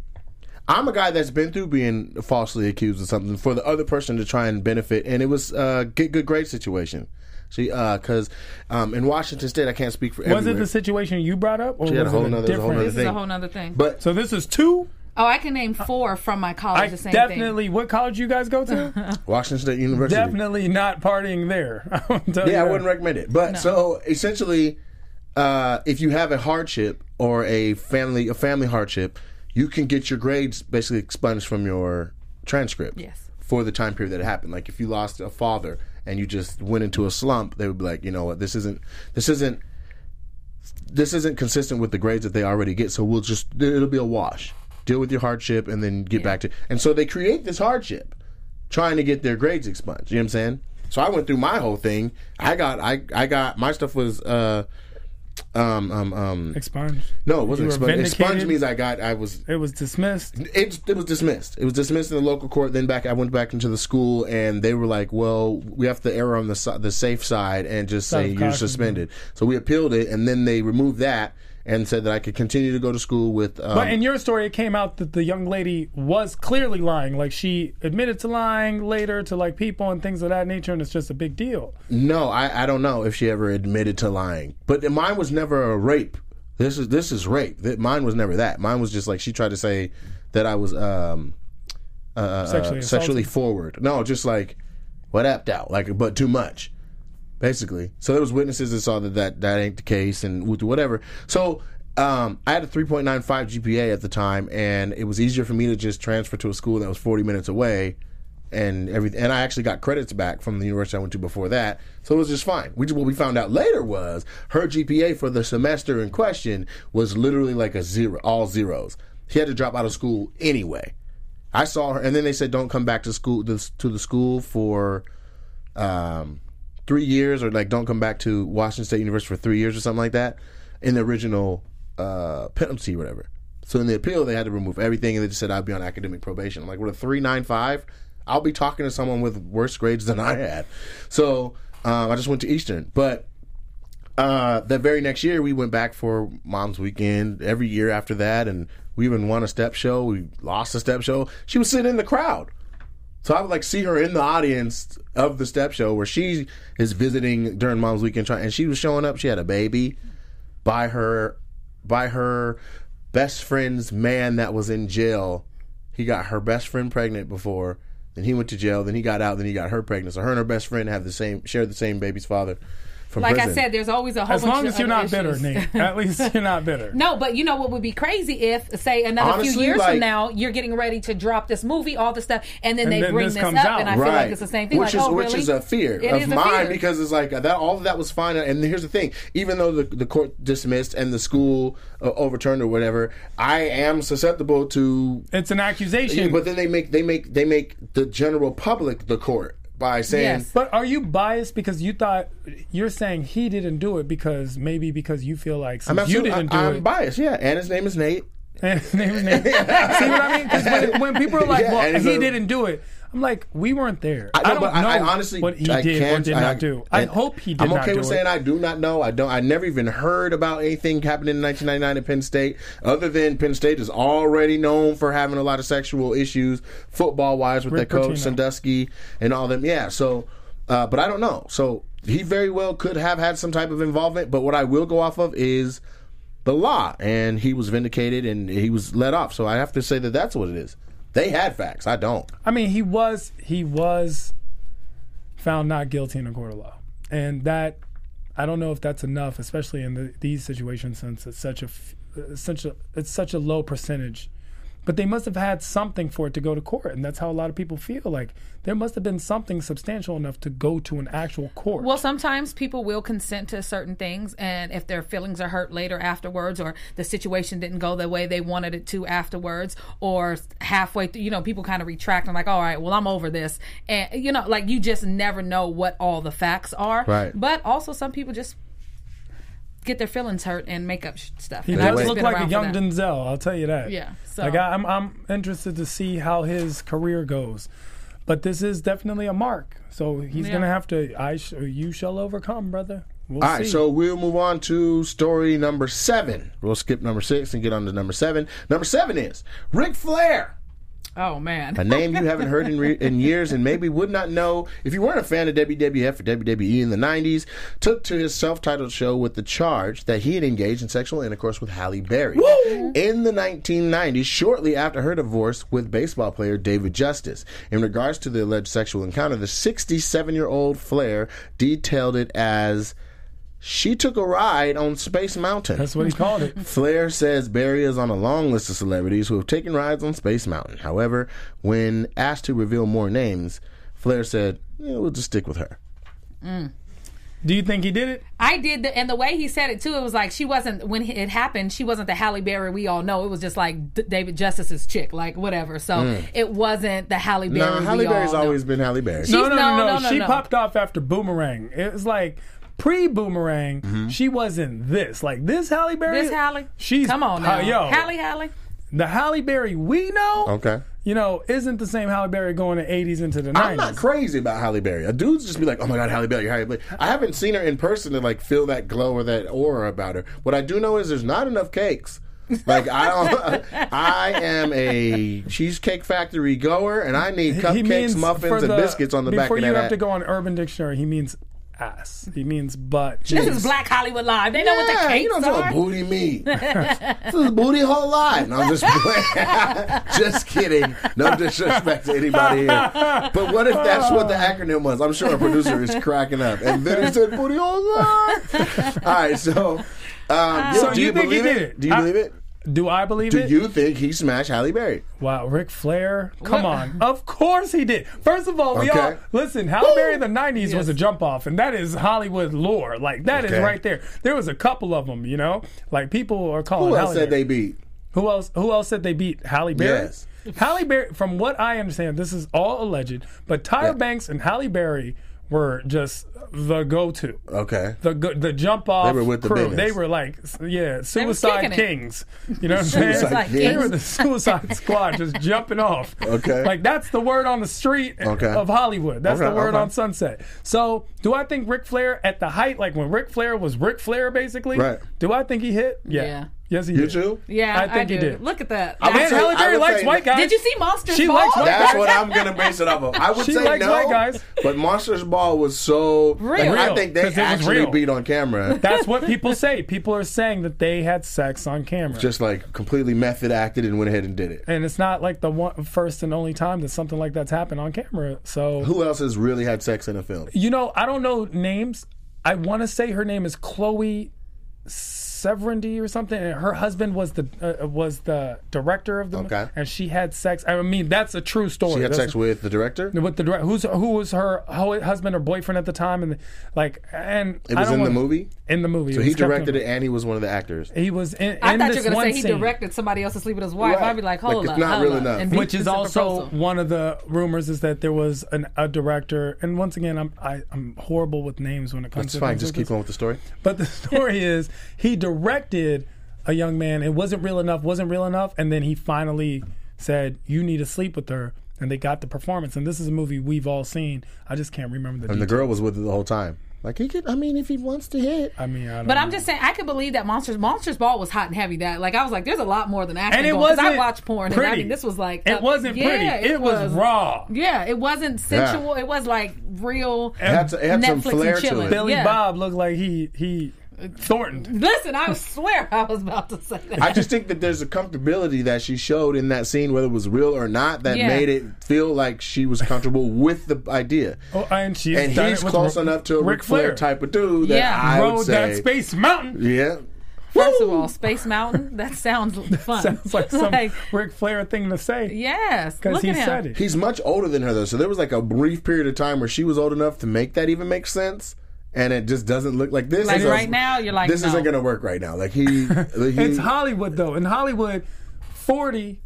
Speaker 1: I'm a guy that's been through being falsely accused of something for the other person to try and benefit, and it was uh, get good grade situation. She, because um, in Washington State, I can't speak for
Speaker 2: Was it
Speaker 1: everywhere.
Speaker 2: the situation you brought up, or
Speaker 1: She had
Speaker 2: was
Speaker 1: a whole
Speaker 2: it a
Speaker 1: nother- it was a whole
Speaker 2: different?
Speaker 1: nother
Speaker 3: This is a
Speaker 1: thing.
Speaker 3: whole nother thing.
Speaker 1: but
Speaker 2: so this is two.
Speaker 3: oh, I can name four from my college.
Speaker 2: Uh, I
Speaker 3: the same thing.
Speaker 2: definitely. What college you guys go to?
Speaker 1: Washington State University,
Speaker 2: definitely not partying there. I'll tell you
Speaker 1: yeah, I
Speaker 2: that.
Speaker 1: wouldn't recommend it. But so essentially, uh, if you have a hardship or a family a family hardship, you can get your grades basically expunged from your transcript.
Speaker 3: Yes.
Speaker 1: For the time period that it happened, like if you lost a father and you just went into a slump, they would be like, you know what, this isn't this isn't this isn't consistent with the grades that they already get. So we'll just it'll be a wash. Deal with your hardship and then get back to. And so they create this hardship, trying to get their grades expunged. You know what I'm saying? So I went through my whole thing. I got I I got my stuff was uh um um um
Speaker 2: Expunged.
Speaker 1: no it wasn't
Speaker 2: You were
Speaker 1: expunged. Expunged
Speaker 2: vindicated?
Speaker 1: means I got I was
Speaker 2: It was dismissed.
Speaker 1: it, it was dismissed. It was dismissed in the local court. Then back, I went back into the school, and they were like, "Well, we have to err on the si- the safe side and just
Speaker 2: Side
Speaker 1: say
Speaker 2: of
Speaker 1: you're
Speaker 2: caution.
Speaker 1: suspended." So we appealed it, and then they removed that and said that I could continue to go to school with. Um,
Speaker 2: But in your story, it came out that the young lady was clearly lying. Like she admitted to lying later to like people and things of that nature, and it's just a big deal.
Speaker 1: no, I, I don't know if she ever admitted to lying, but mine was never a rape. This is this is rape. That- Mine was never that. Mine was just like she tried to say that I was um, uh,
Speaker 2: Sexually
Speaker 1: sexually, sexually forward. No, just like what apt out, like but too much, basically. So there was witnesses that saw that that, that ain't the case and woo- whatever. So um, I had a 3.95 GPA at the time, and it was easier for me to just transfer to a school that was 40 minutes away, and everything. And I actually got credits back from the university I went to before that, so it was just fine. We just, what we found out later was her GPA for the semester in question was literally like a zero, all zeros. She had to drop out of school anyway. I saw her, and then they said don't come back to school this, to the school for um, three years, or like don't come back to Washington State University for three years or something like that in the original uh, penalty, or whatever. So in the appeal, they had to remove everything, and they just said I'd be on academic probation. I'm like, with a three nine five, I'll be talking to someone with worse grades than I had. So um, I just went to Eastern, but uh, that very next year we went back for mom's weekend every year after that and we even won a step show we lost a step show she was sitting in the crowd so i would like see her in the audience of the step show where she is visiting during mom's weekend trying and she was showing up she had a baby by her by her best friend's man that was in jail he got her best friend pregnant before then he went to jail then he got out then he got her pregnant so her and her best friend have the same share the same baby's father from
Speaker 3: Like I
Speaker 1: prison.
Speaker 3: said, there's always a whole
Speaker 2: As
Speaker 3: bunch
Speaker 2: long
Speaker 3: of
Speaker 2: as you're
Speaker 3: other
Speaker 2: not bitter,
Speaker 3: issues.
Speaker 2: Nate. At least you're not bitter.
Speaker 3: No, but you know what would be crazy if, say, another few
Speaker 1: Honestly,
Speaker 3: years
Speaker 1: like-
Speaker 3: from now, you're getting ready to drop this movie, all this stuff, and then
Speaker 2: And
Speaker 3: they
Speaker 2: then
Speaker 3: bring
Speaker 2: this
Speaker 3: this,
Speaker 2: comes
Speaker 3: up,
Speaker 2: out.
Speaker 3: and I feel like it's the same thing.
Speaker 1: Which
Speaker 3: like,
Speaker 1: is
Speaker 3: oh,
Speaker 1: which
Speaker 3: really?
Speaker 1: is a fear
Speaker 3: It
Speaker 1: of
Speaker 3: is a
Speaker 1: mine
Speaker 3: fear.
Speaker 1: because it's like uh, that. All of that was fine, and here's the thing: even though the, the court dismissed and the school uh, overturned or whatever, I am susceptible to.
Speaker 2: It's an accusation.
Speaker 1: But
Speaker 2: but,
Speaker 1: then they make they make they make the general public the court by saying.
Speaker 3: Yes.
Speaker 2: are you biased because you thought you're saying he didn't do it because maybe because you feel like since you
Speaker 1: absolute-
Speaker 2: didn't do
Speaker 1: I,
Speaker 2: it.
Speaker 1: am biased. Yeah, and his name is Nate.
Speaker 2: Name- name. See what I mean? 'Cause when, when people are like,
Speaker 1: Yeah,
Speaker 2: "Well,
Speaker 1: and
Speaker 2: he
Speaker 1: so-
Speaker 2: didn't do it," I'm like, "We weren't there." I,
Speaker 1: know,
Speaker 2: don't
Speaker 1: but
Speaker 2: know
Speaker 1: I, I honestly
Speaker 2: what he
Speaker 1: I
Speaker 2: did or
Speaker 1: can't-
Speaker 2: did
Speaker 1: I-
Speaker 2: not do. I,
Speaker 1: and
Speaker 2: hope he did
Speaker 1: I'm okay
Speaker 2: not do
Speaker 1: with
Speaker 2: it.
Speaker 1: saying I do not know. I don't. I never even heard about anything happening in 1999 at Penn State, other than Penn State is already known for having a lot of sexual issues, football wise, with
Speaker 2: Rick
Speaker 1: their coach
Speaker 2: Pitino.
Speaker 1: Sandusky and all them. Yeah. So, uh, but I don't know. So he very well could have had some type of involvement. But what I will go off of is the law, and he was vindicated and he was let off. So I have to say that that's what it is. They had facts. I don't.
Speaker 2: I mean, he was he was found not guilty in a court of law, and that I don't know if that's enough, especially in the, these situations, since it's such a f- uh, such a it's such a low percentage But they must have had something for it to go to court, and that's how a lot of people feel. Like there must have been something substantial enough to go to an actual court.
Speaker 3: Well, sometimes people will consent to certain things, and if their feelings are hurt later afterwards, or the situation didn't go the way they wanted it to afterwards, or halfway through, you know, people kind of retract and like, all right, well, I'm over this, and you know, like you just never know what all the facts are.
Speaker 1: Right.
Speaker 3: But also, some people just get their feelings hurt and make up sh- stuff.
Speaker 2: he
Speaker 3: And I've
Speaker 2: does
Speaker 3: just
Speaker 2: look
Speaker 3: been
Speaker 2: like
Speaker 3: around
Speaker 2: a
Speaker 3: for
Speaker 2: young
Speaker 3: that.
Speaker 2: Denzel. I'll tell you that.
Speaker 3: Yeah, so-
Speaker 2: Like I, I'm, I'm interested to see how his career goes, but this is definitely a mark. So he's
Speaker 3: Yeah.
Speaker 2: gonna have to. I, sh- you shall overcome, brother. We'll
Speaker 1: All right,
Speaker 2: see.
Speaker 1: so we'll move on to story number seven. We'll skip number six and get on to number seven. Number seven is Ric Flair,
Speaker 3: Oh man.
Speaker 1: a name you haven't heard in, re- in years and maybe would not know if you weren't a fan of WWF or WWE in the 90s, took to his self titled show with the charge that he had engaged in sexual intercourse with Halle Berry in the 1990s, shortly after her divorce with baseball player David Justice. In regards to the alleged sexual encounter, the 67 year old Flair detailed it as. She took a ride on Space Mountain.
Speaker 2: that's what he called it.
Speaker 1: Flair says Barry is on a long list of celebrities who have taken rides on Space Mountain. However, when asked to reveal more names, Flair said, "Yeah, "We'll just stick with her."
Speaker 2: Do you think he did it?
Speaker 3: I did, the, and the way he said it too, it was like she wasn't when it happened. She wasn't the Halle Berry we all know. It was just like D- David Justice's chick, like whatever. So it wasn't the Halle Berry.
Speaker 1: No,
Speaker 3: we
Speaker 1: Hmm. Halle
Speaker 3: all
Speaker 1: Berry's
Speaker 3: know.
Speaker 1: always been Halle Berry.
Speaker 3: She-
Speaker 2: No, no, no,
Speaker 3: No,
Speaker 2: no.
Speaker 3: no, no,
Speaker 2: she
Speaker 3: no.
Speaker 2: popped off after Boomerang. It was like pre Boomerang.
Speaker 1: Mm-hmm.
Speaker 2: She wasn't this. Like this Halle Berry.
Speaker 3: This Halle,
Speaker 2: She's
Speaker 3: come on now,
Speaker 2: uh, yo.
Speaker 3: Halle, Halle.
Speaker 2: The Halle Berry we know.
Speaker 1: okay.
Speaker 2: You know, isn't the same Halle Berry going to '80s into the
Speaker 1: I'm not
Speaker 2: '90s?
Speaker 1: crazy about Halle Berry. A dude's just be like, "Oh my God, Halle Berry, Halle Berry." I haven't seen her in person to like feel that glow or that aura about her. What I do know is there's not enough cakes. Like I don't, I am a cheesecake factory goer, and I need
Speaker 2: He
Speaker 1: cupcakes,
Speaker 2: means
Speaker 1: muffins,
Speaker 2: for
Speaker 1: and
Speaker 2: the-
Speaker 1: biscuits on the back
Speaker 2: Before
Speaker 1: of
Speaker 2: you
Speaker 1: that.
Speaker 2: have
Speaker 1: ad.
Speaker 2: to go on Urban Dictionary, he means ass. He means butt.
Speaker 3: This is Black Hollywood Live. They know what the
Speaker 1: Yeah,
Speaker 3: cakes
Speaker 1: you don't know
Speaker 3: are.
Speaker 1: what booty mean. this is booty whole lot. And I'm just playing. just kidding. No disrespect to anybody here. But what if that's what the acronym was? I'm sure a producer is cracking up. And then it said booty whole lot. All right, so. Um,
Speaker 2: Uh, So
Speaker 1: do
Speaker 2: you
Speaker 1: you,
Speaker 2: think he
Speaker 1: believe
Speaker 2: did
Speaker 1: it?
Speaker 2: it?
Speaker 1: Do you
Speaker 2: I-
Speaker 1: believe it?
Speaker 2: Do I believe
Speaker 1: Do
Speaker 2: it?
Speaker 1: you think he smashed Halle Berry?
Speaker 2: Wow, Ric Flair. Come on. Of course he did. First of all, we
Speaker 1: Okay.
Speaker 2: all listen, Halle Berry in the nineties was a jump off, and that is Hollywood lore. Like that is
Speaker 1: Okay.
Speaker 2: right there. There was a couple of them, you know? Like people are calling
Speaker 1: Who
Speaker 2: Halle
Speaker 1: else said
Speaker 2: Berry.
Speaker 1: they beat?
Speaker 2: Who else? Who else said they beat Halle Berry?
Speaker 1: Yes.
Speaker 2: Halle Berry. From what I understand, this is all alleged. But Tyra Banks and Halle Berry were just the go-to,
Speaker 1: Okay.
Speaker 2: the go- the jump off.
Speaker 1: They were with the
Speaker 2: crew.
Speaker 1: business.
Speaker 2: They were like, s- yeah, suicide
Speaker 3: kicking it.
Speaker 2: kings. You know what I'm saying?
Speaker 1: Suicide
Speaker 2: They were
Speaker 1: kings.
Speaker 2: the suicide squad, just jumping off.
Speaker 1: Okay.
Speaker 2: Like that's the word on the street
Speaker 1: Okay.
Speaker 2: of Hollywood. That's
Speaker 1: Okay,
Speaker 2: the word
Speaker 1: okay.
Speaker 2: on Sunset. So, do I think Ric Flair at the height, like when Ric Flair was Ric Flair, basically?
Speaker 1: Right.
Speaker 2: Do I think he hit? Yeah.
Speaker 3: Yeah.
Speaker 2: Yes, he
Speaker 1: You
Speaker 2: did.
Speaker 1: too?
Speaker 3: Yeah,
Speaker 2: I
Speaker 3: I,
Speaker 2: think he
Speaker 3: do.
Speaker 2: did.
Speaker 3: Look at that.
Speaker 1: I would
Speaker 2: And
Speaker 1: say-
Speaker 2: Halle Berry
Speaker 1: would
Speaker 2: likes
Speaker 1: say-
Speaker 2: white guys.
Speaker 3: Did you see Monsters
Speaker 2: She
Speaker 3: Ball?
Speaker 2: likes white
Speaker 1: That's what I'm gonna base it off of. I would
Speaker 2: She
Speaker 1: say
Speaker 2: likes
Speaker 1: no,
Speaker 2: white guys.
Speaker 1: but Monsters Ball was so
Speaker 3: Real.
Speaker 1: I
Speaker 2: Real,
Speaker 1: think they
Speaker 2: 'cause it was
Speaker 1: actually
Speaker 2: real.
Speaker 1: beat on camera.
Speaker 2: That's what people say. People are saying that they had sex on camera.
Speaker 1: just like completely method acted and went ahead and did it.
Speaker 2: and it's not like the one first and only time that something like that's happened on camera. So
Speaker 1: Who else has really had sex in a film?
Speaker 2: you know, I don't know names. I want to say her name is Chloe Severandy or something, and her husband was the uh, was the director of the mo-
Speaker 1: Okay.
Speaker 2: and she had sex. I mean, that's a true story.
Speaker 1: She had
Speaker 2: That's-
Speaker 1: sex with the director.
Speaker 2: with the direct, who's who was her ho- husband or boyfriend at the time, and like and
Speaker 1: It was in the movie.
Speaker 2: In the movie,
Speaker 1: So he directed it, and he was one of the actors.
Speaker 2: He was in. in
Speaker 3: I thought you
Speaker 2: this
Speaker 3: were gonna
Speaker 2: one
Speaker 3: say he
Speaker 2: scene.
Speaker 3: directed somebody else to sleep with his wife.
Speaker 1: Right.
Speaker 3: I'd be like,
Speaker 1: Like,
Speaker 3: hold
Speaker 1: it's
Speaker 3: up,
Speaker 1: not
Speaker 3: hold
Speaker 1: real
Speaker 3: up.
Speaker 1: enough.
Speaker 3: And
Speaker 2: which
Speaker 3: this
Speaker 2: is
Speaker 3: a
Speaker 2: also
Speaker 3: proposal.
Speaker 2: one of the rumors is that there was an, a director and once again i'm I, i'm horrible with names when it comes
Speaker 1: It's
Speaker 2: to
Speaker 1: fine.
Speaker 2: things
Speaker 1: Just
Speaker 2: like
Speaker 1: keep on with the story.
Speaker 2: this. but the story is he directed a young man it wasn't real enough wasn't real enough and then he finally said you need to sleep with her and they got the performance and this is a movie we've all seen i just can't remember the,
Speaker 1: And the
Speaker 2: details.
Speaker 1: girl was with it the whole time. Like he could. I mean, if he wants to hit.
Speaker 2: i mean I don't
Speaker 3: But
Speaker 2: know.
Speaker 3: I'm just saying, I could believe that Monsters Monsters Ball was hot and heavy. That like I was like, there's a lot more than acting.
Speaker 2: and it
Speaker 3: going, 'cause
Speaker 2: wasn't
Speaker 3: I watch porn.
Speaker 2: pretty.
Speaker 3: And I mean, this was like
Speaker 2: it
Speaker 3: uh,
Speaker 2: wasn't
Speaker 3: yeah,
Speaker 2: pretty it, was, raw
Speaker 3: Yeah, it wasn't sensual. It was like real.
Speaker 1: It had, it had some
Speaker 3: Netflix and
Speaker 1: flair to
Speaker 3: chilling.
Speaker 1: it.
Speaker 2: billy
Speaker 3: Yeah.
Speaker 2: bob looked like he he thornton
Speaker 3: Listen, I swear I was about to say that.
Speaker 1: I just think that there's a comfortability that she showed in that scene, whether it was real or not, that
Speaker 3: Yeah.
Speaker 1: made it feel like she was comfortable with the idea.
Speaker 2: Oh, and she's
Speaker 1: and
Speaker 2: done
Speaker 1: he's
Speaker 2: it with
Speaker 1: close
Speaker 2: Ric-
Speaker 1: enough to a Ric Flair type of dude that
Speaker 3: Yeah.
Speaker 1: I
Speaker 2: Rode
Speaker 1: would say,
Speaker 2: that space mountain.
Speaker 1: yeah,
Speaker 3: First of all, Space Mountain. That sounds fun.
Speaker 2: Sounds like some
Speaker 3: Like,
Speaker 2: Ric Flair thing to say
Speaker 3: yes.
Speaker 2: because
Speaker 3: look
Speaker 2: he
Speaker 3: at him.
Speaker 2: said it.
Speaker 1: He's much older than her though, so there was like a brief period of time where she was old enough to make that even make sense, and it just doesn't look like this.
Speaker 3: Like
Speaker 1: is a-
Speaker 3: right now, you're like,
Speaker 1: this
Speaker 3: no.
Speaker 1: isn't gonna work right now. Like he, he
Speaker 2: It's Hollywood though. In Hollywood, forty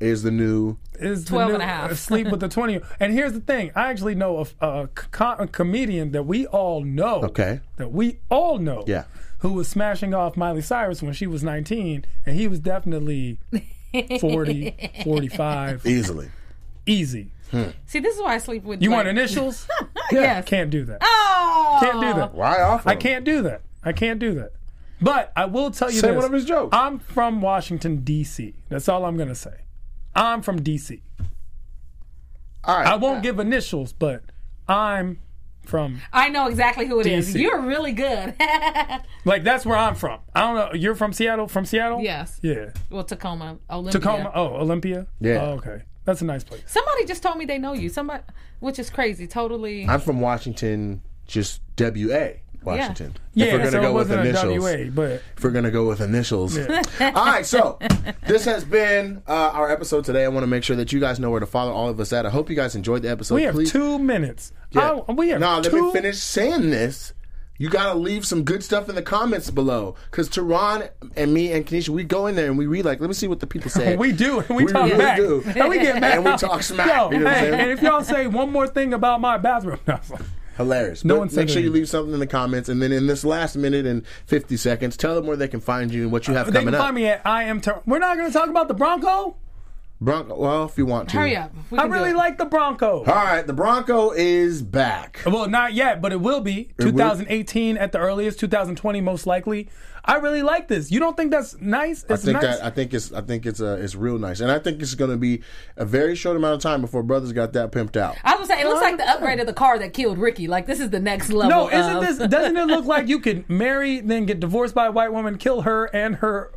Speaker 1: is the new.
Speaker 2: is the
Speaker 3: 12
Speaker 2: new
Speaker 3: and a half.
Speaker 2: Sleep with the twenty. And here's the thing: I actually know of a, co- a comedian that we all know.
Speaker 1: Okay.
Speaker 2: That we all know.
Speaker 1: Yeah.
Speaker 2: Who was smashing off Miley Cyrus when she was 19, and he was definitely 40, 45,
Speaker 1: Easily.
Speaker 2: easy.
Speaker 3: See, this is why I sleep with
Speaker 2: You
Speaker 3: like,
Speaker 2: want initials?
Speaker 3: Yes.
Speaker 2: Can't do that.
Speaker 3: Oh.
Speaker 2: Can't do that.
Speaker 1: Why off?
Speaker 2: I can't do that. I can't do that. But I will tell you
Speaker 1: Say
Speaker 2: this.
Speaker 1: one of his jokes.
Speaker 2: I'm from Washington D.C. That's all I'm gonna say. I'm from D.C.
Speaker 1: All right.
Speaker 2: I won't give initials, but I'm from
Speaker 3: I know exactly who it is.
Speaker 2: DC.
Speaker 3: You're really good.
Speaker 2: like that's where I'm from. I don't know. You're from Seattle? From Seattle?
Speaker 3: yes.
Speaker 2: Yeah.
Speaker 3: Well, Tacoma, Olympia.
Speaker 2: Tacoma. Oh, Olympia.
Speaker 1: Yeah.
Speaker 2: Oh, okay. That's a nice place.
Speaker 3: Somebody just told me they know you. Somebody, which is crazy. Totally.
Speaker 1: I'm from Washington, just W.A. Washington.
Speaker 2: Yeah.
Speaker 1: if we're gonna
Speaker 2: so
Speaker 1: go
Speaker 2: it
Speaker 1: with
Speaker 2: wasn't
Speaker 1: initials.
Speaker 2: a WA, but
Speaker 1: If we're gonna go with initials. all right, so this has been uh, our episode today. I want to make sure that you guys know where to follow all of us at. I hope you guys enjoyed the episode.
Speaker 2: we have
Speaker 1: Please-
Speaker 2: two minutes.
Speaker 1: Yeah.
Speaker 2: Oh, we have
Speaker 1: no, let
Speaker 2: two.
Speaker 1: me finish saying this. You gotta leave some good stuff in the comments below, because Teron and me and Kanisha, we go in there and we read like, let me see what the people say.
Speaker 2: We do. and We,
Speaker 1: We
Speaker 2: talk
Speaker 1: really
Speaker 2: back.
Speaker 1: do.
Speaker 2: And we get mad.
Speaker 1: And we talk smack,
Speaker 2: Yo,
Speaker 1: you know what I'm
Speaker 2: hey,
Speaker 1: saying?
Speaker 2: and if y'all say one more thing about my bathroom, no,
Speaker 1: Hilarious.
Speaker 2: No
Speaker 1: But
Speaker 2: one said
Speaker 1: make sure you
Speaker 2: anything.
Speaker 1: leave something in the comments, and then in this last minute and fifty seconds, tell them where they can find you and what you have
Speaker 2: they
Speaker 1: coming
Speaker 2: can
Speaker 1: up.
Speaker 2: find me at I am. Ter- We're not going to talk about the Bronco.
Speaker 1: Bronco. Well, if you want to.
Speaker 3: Hurry up. We
Speaker 2: I
Speaker 3: can do
Speaker 2: really
Speaker 3: it.
Speaker 2: like the Bronco.
Speaker 1: All right, the Bronco is back.
Speaker 2: Well, not yet, but it will be. 2018 at the earliest, 2020 most likely. I really like this. You don't think that's nice? It's
Speaker 1: I think
Speaker 2: nice.
Speaker 1: that I think it's I think it's uh, it's real nice, and I think it's going to be a very short amount of time before brothers got that pimped out.
Speaker 3: I was gonna say it looks like the upgrade of the car that killed Ricky. Like this is the next level.
Speaker 2: no, isn't
Speaker 3: of-
Speaker 1: uh,
Speaker 2: this? Doesn't it look like you could marry, then get divorced by a white woman, kill her and her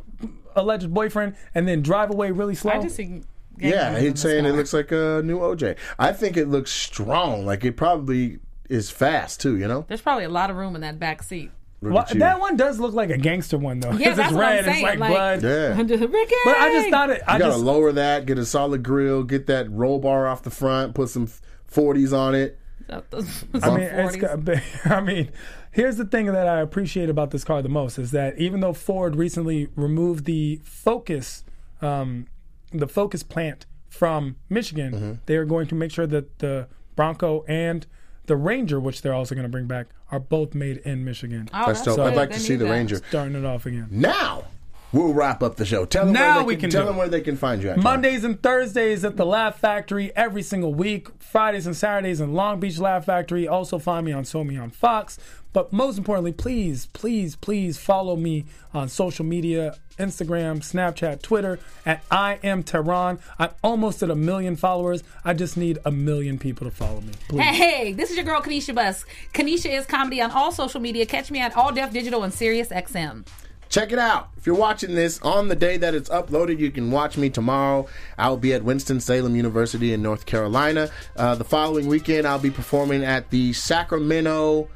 Speaker 2: alleged boyfriend, and then drive away really slow?
Speaker 3: I just see.
Speaker 1: Yeah, he's saying it looks like a new OJ. I think it looks strong. Like it probably is fast too. You know,
Speaker 3: There's probably a lot of room in that back seat.
Speaker 1: Look
Speaker 2: Well,
Speaker 1: at you.
Speaker 2: that one does look like a gangster one though.
Speaker 3: Yeah,
Speaker 2: Because
Speaker 3: that's
Speaker 2: it's
Speaker 3: what I'm
Speaker 2: red,
Speaker 3: saying,
Speaker 2: it's like,
Speaker 3: like-
Speaker 2: blood.
Speaker 1: yeah.
Speaker 3: Ricky.
Speaker 2: But I just thought it. I
Speaker 1: You gotta
Speaker 2: just
Speaker 1: lower that, get a solid grill, get that roll bar off the front, put some forties on it.
Speaker 2: I mean, it's got- I mean, here's the thing that I appreciate about this car the most is that even though Ford recently removed the Focus, um, the Focus plant from Michigan, they are going to make sure that the Bronco and the Ranger, which they're also going to bring back, are both made in Michigan.
Speaker 3: Oh,
Speaker 1: That's dope.
Speaker 3: that's good.
Speaker 1: I'd like
Speaker 3: They
Speaker 1: to see
Speaker 3: need
Speaker 1: the
Speaker 3: that.
Speaker 1: Ranger.
Speaker 2: Starting it off again.
Speaker 1: Now we'll wrap up the show. Tell them
Speaker 2: Now
Speaker 1: where they
Speaker 2: we can
Speaker 1: tell
Speaker 2: do
Speaker 1: them
Speaker 2: it.
Speaker 1: where they can find you. At
Speaker 2: Mondays and Thursdays at the Laugh Factory every single week. Fridays and Saturdays in Long Beach Laugh Factory. Also find me on So Me on Fox. But most importantly, please, please, please follow me on social media, Instagram, Snapchat, Twitter at I am Tehran. I'm almost at a million followers. I just need a million people to follow me. Please.
Speaker 3: Hey, this is your girl Kanisha Busk. Kanisha is comedy on all social media. Catch me at All Deaf Digital and Sirius XM.
Speaker 1: Check it out. If you're watching this on the day that it's uploaded, you can watch me tomorrow. I'll be at Winston-Salem University in North Carolina. Uh, the following weekend, I'll be performing at the Sacramento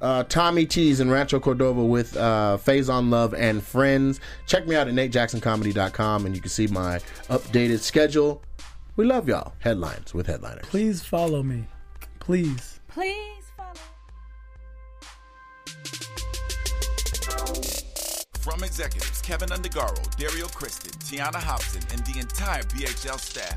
Speaker 1: uh, Tommy T's in Rancho Cordova with uh, Phase on Love and Friends. Check me out at natejacksoncomedy.com and you can see my updated schedule. We love y'all. Headlines with headliners.
Speaker 2: Please follow me. Please.
Speaker 3: Please follow.
Speaker 4: From executives Kevin Undergaro, Dario Kristen, Tiana Hobson, and the entire BHL staff,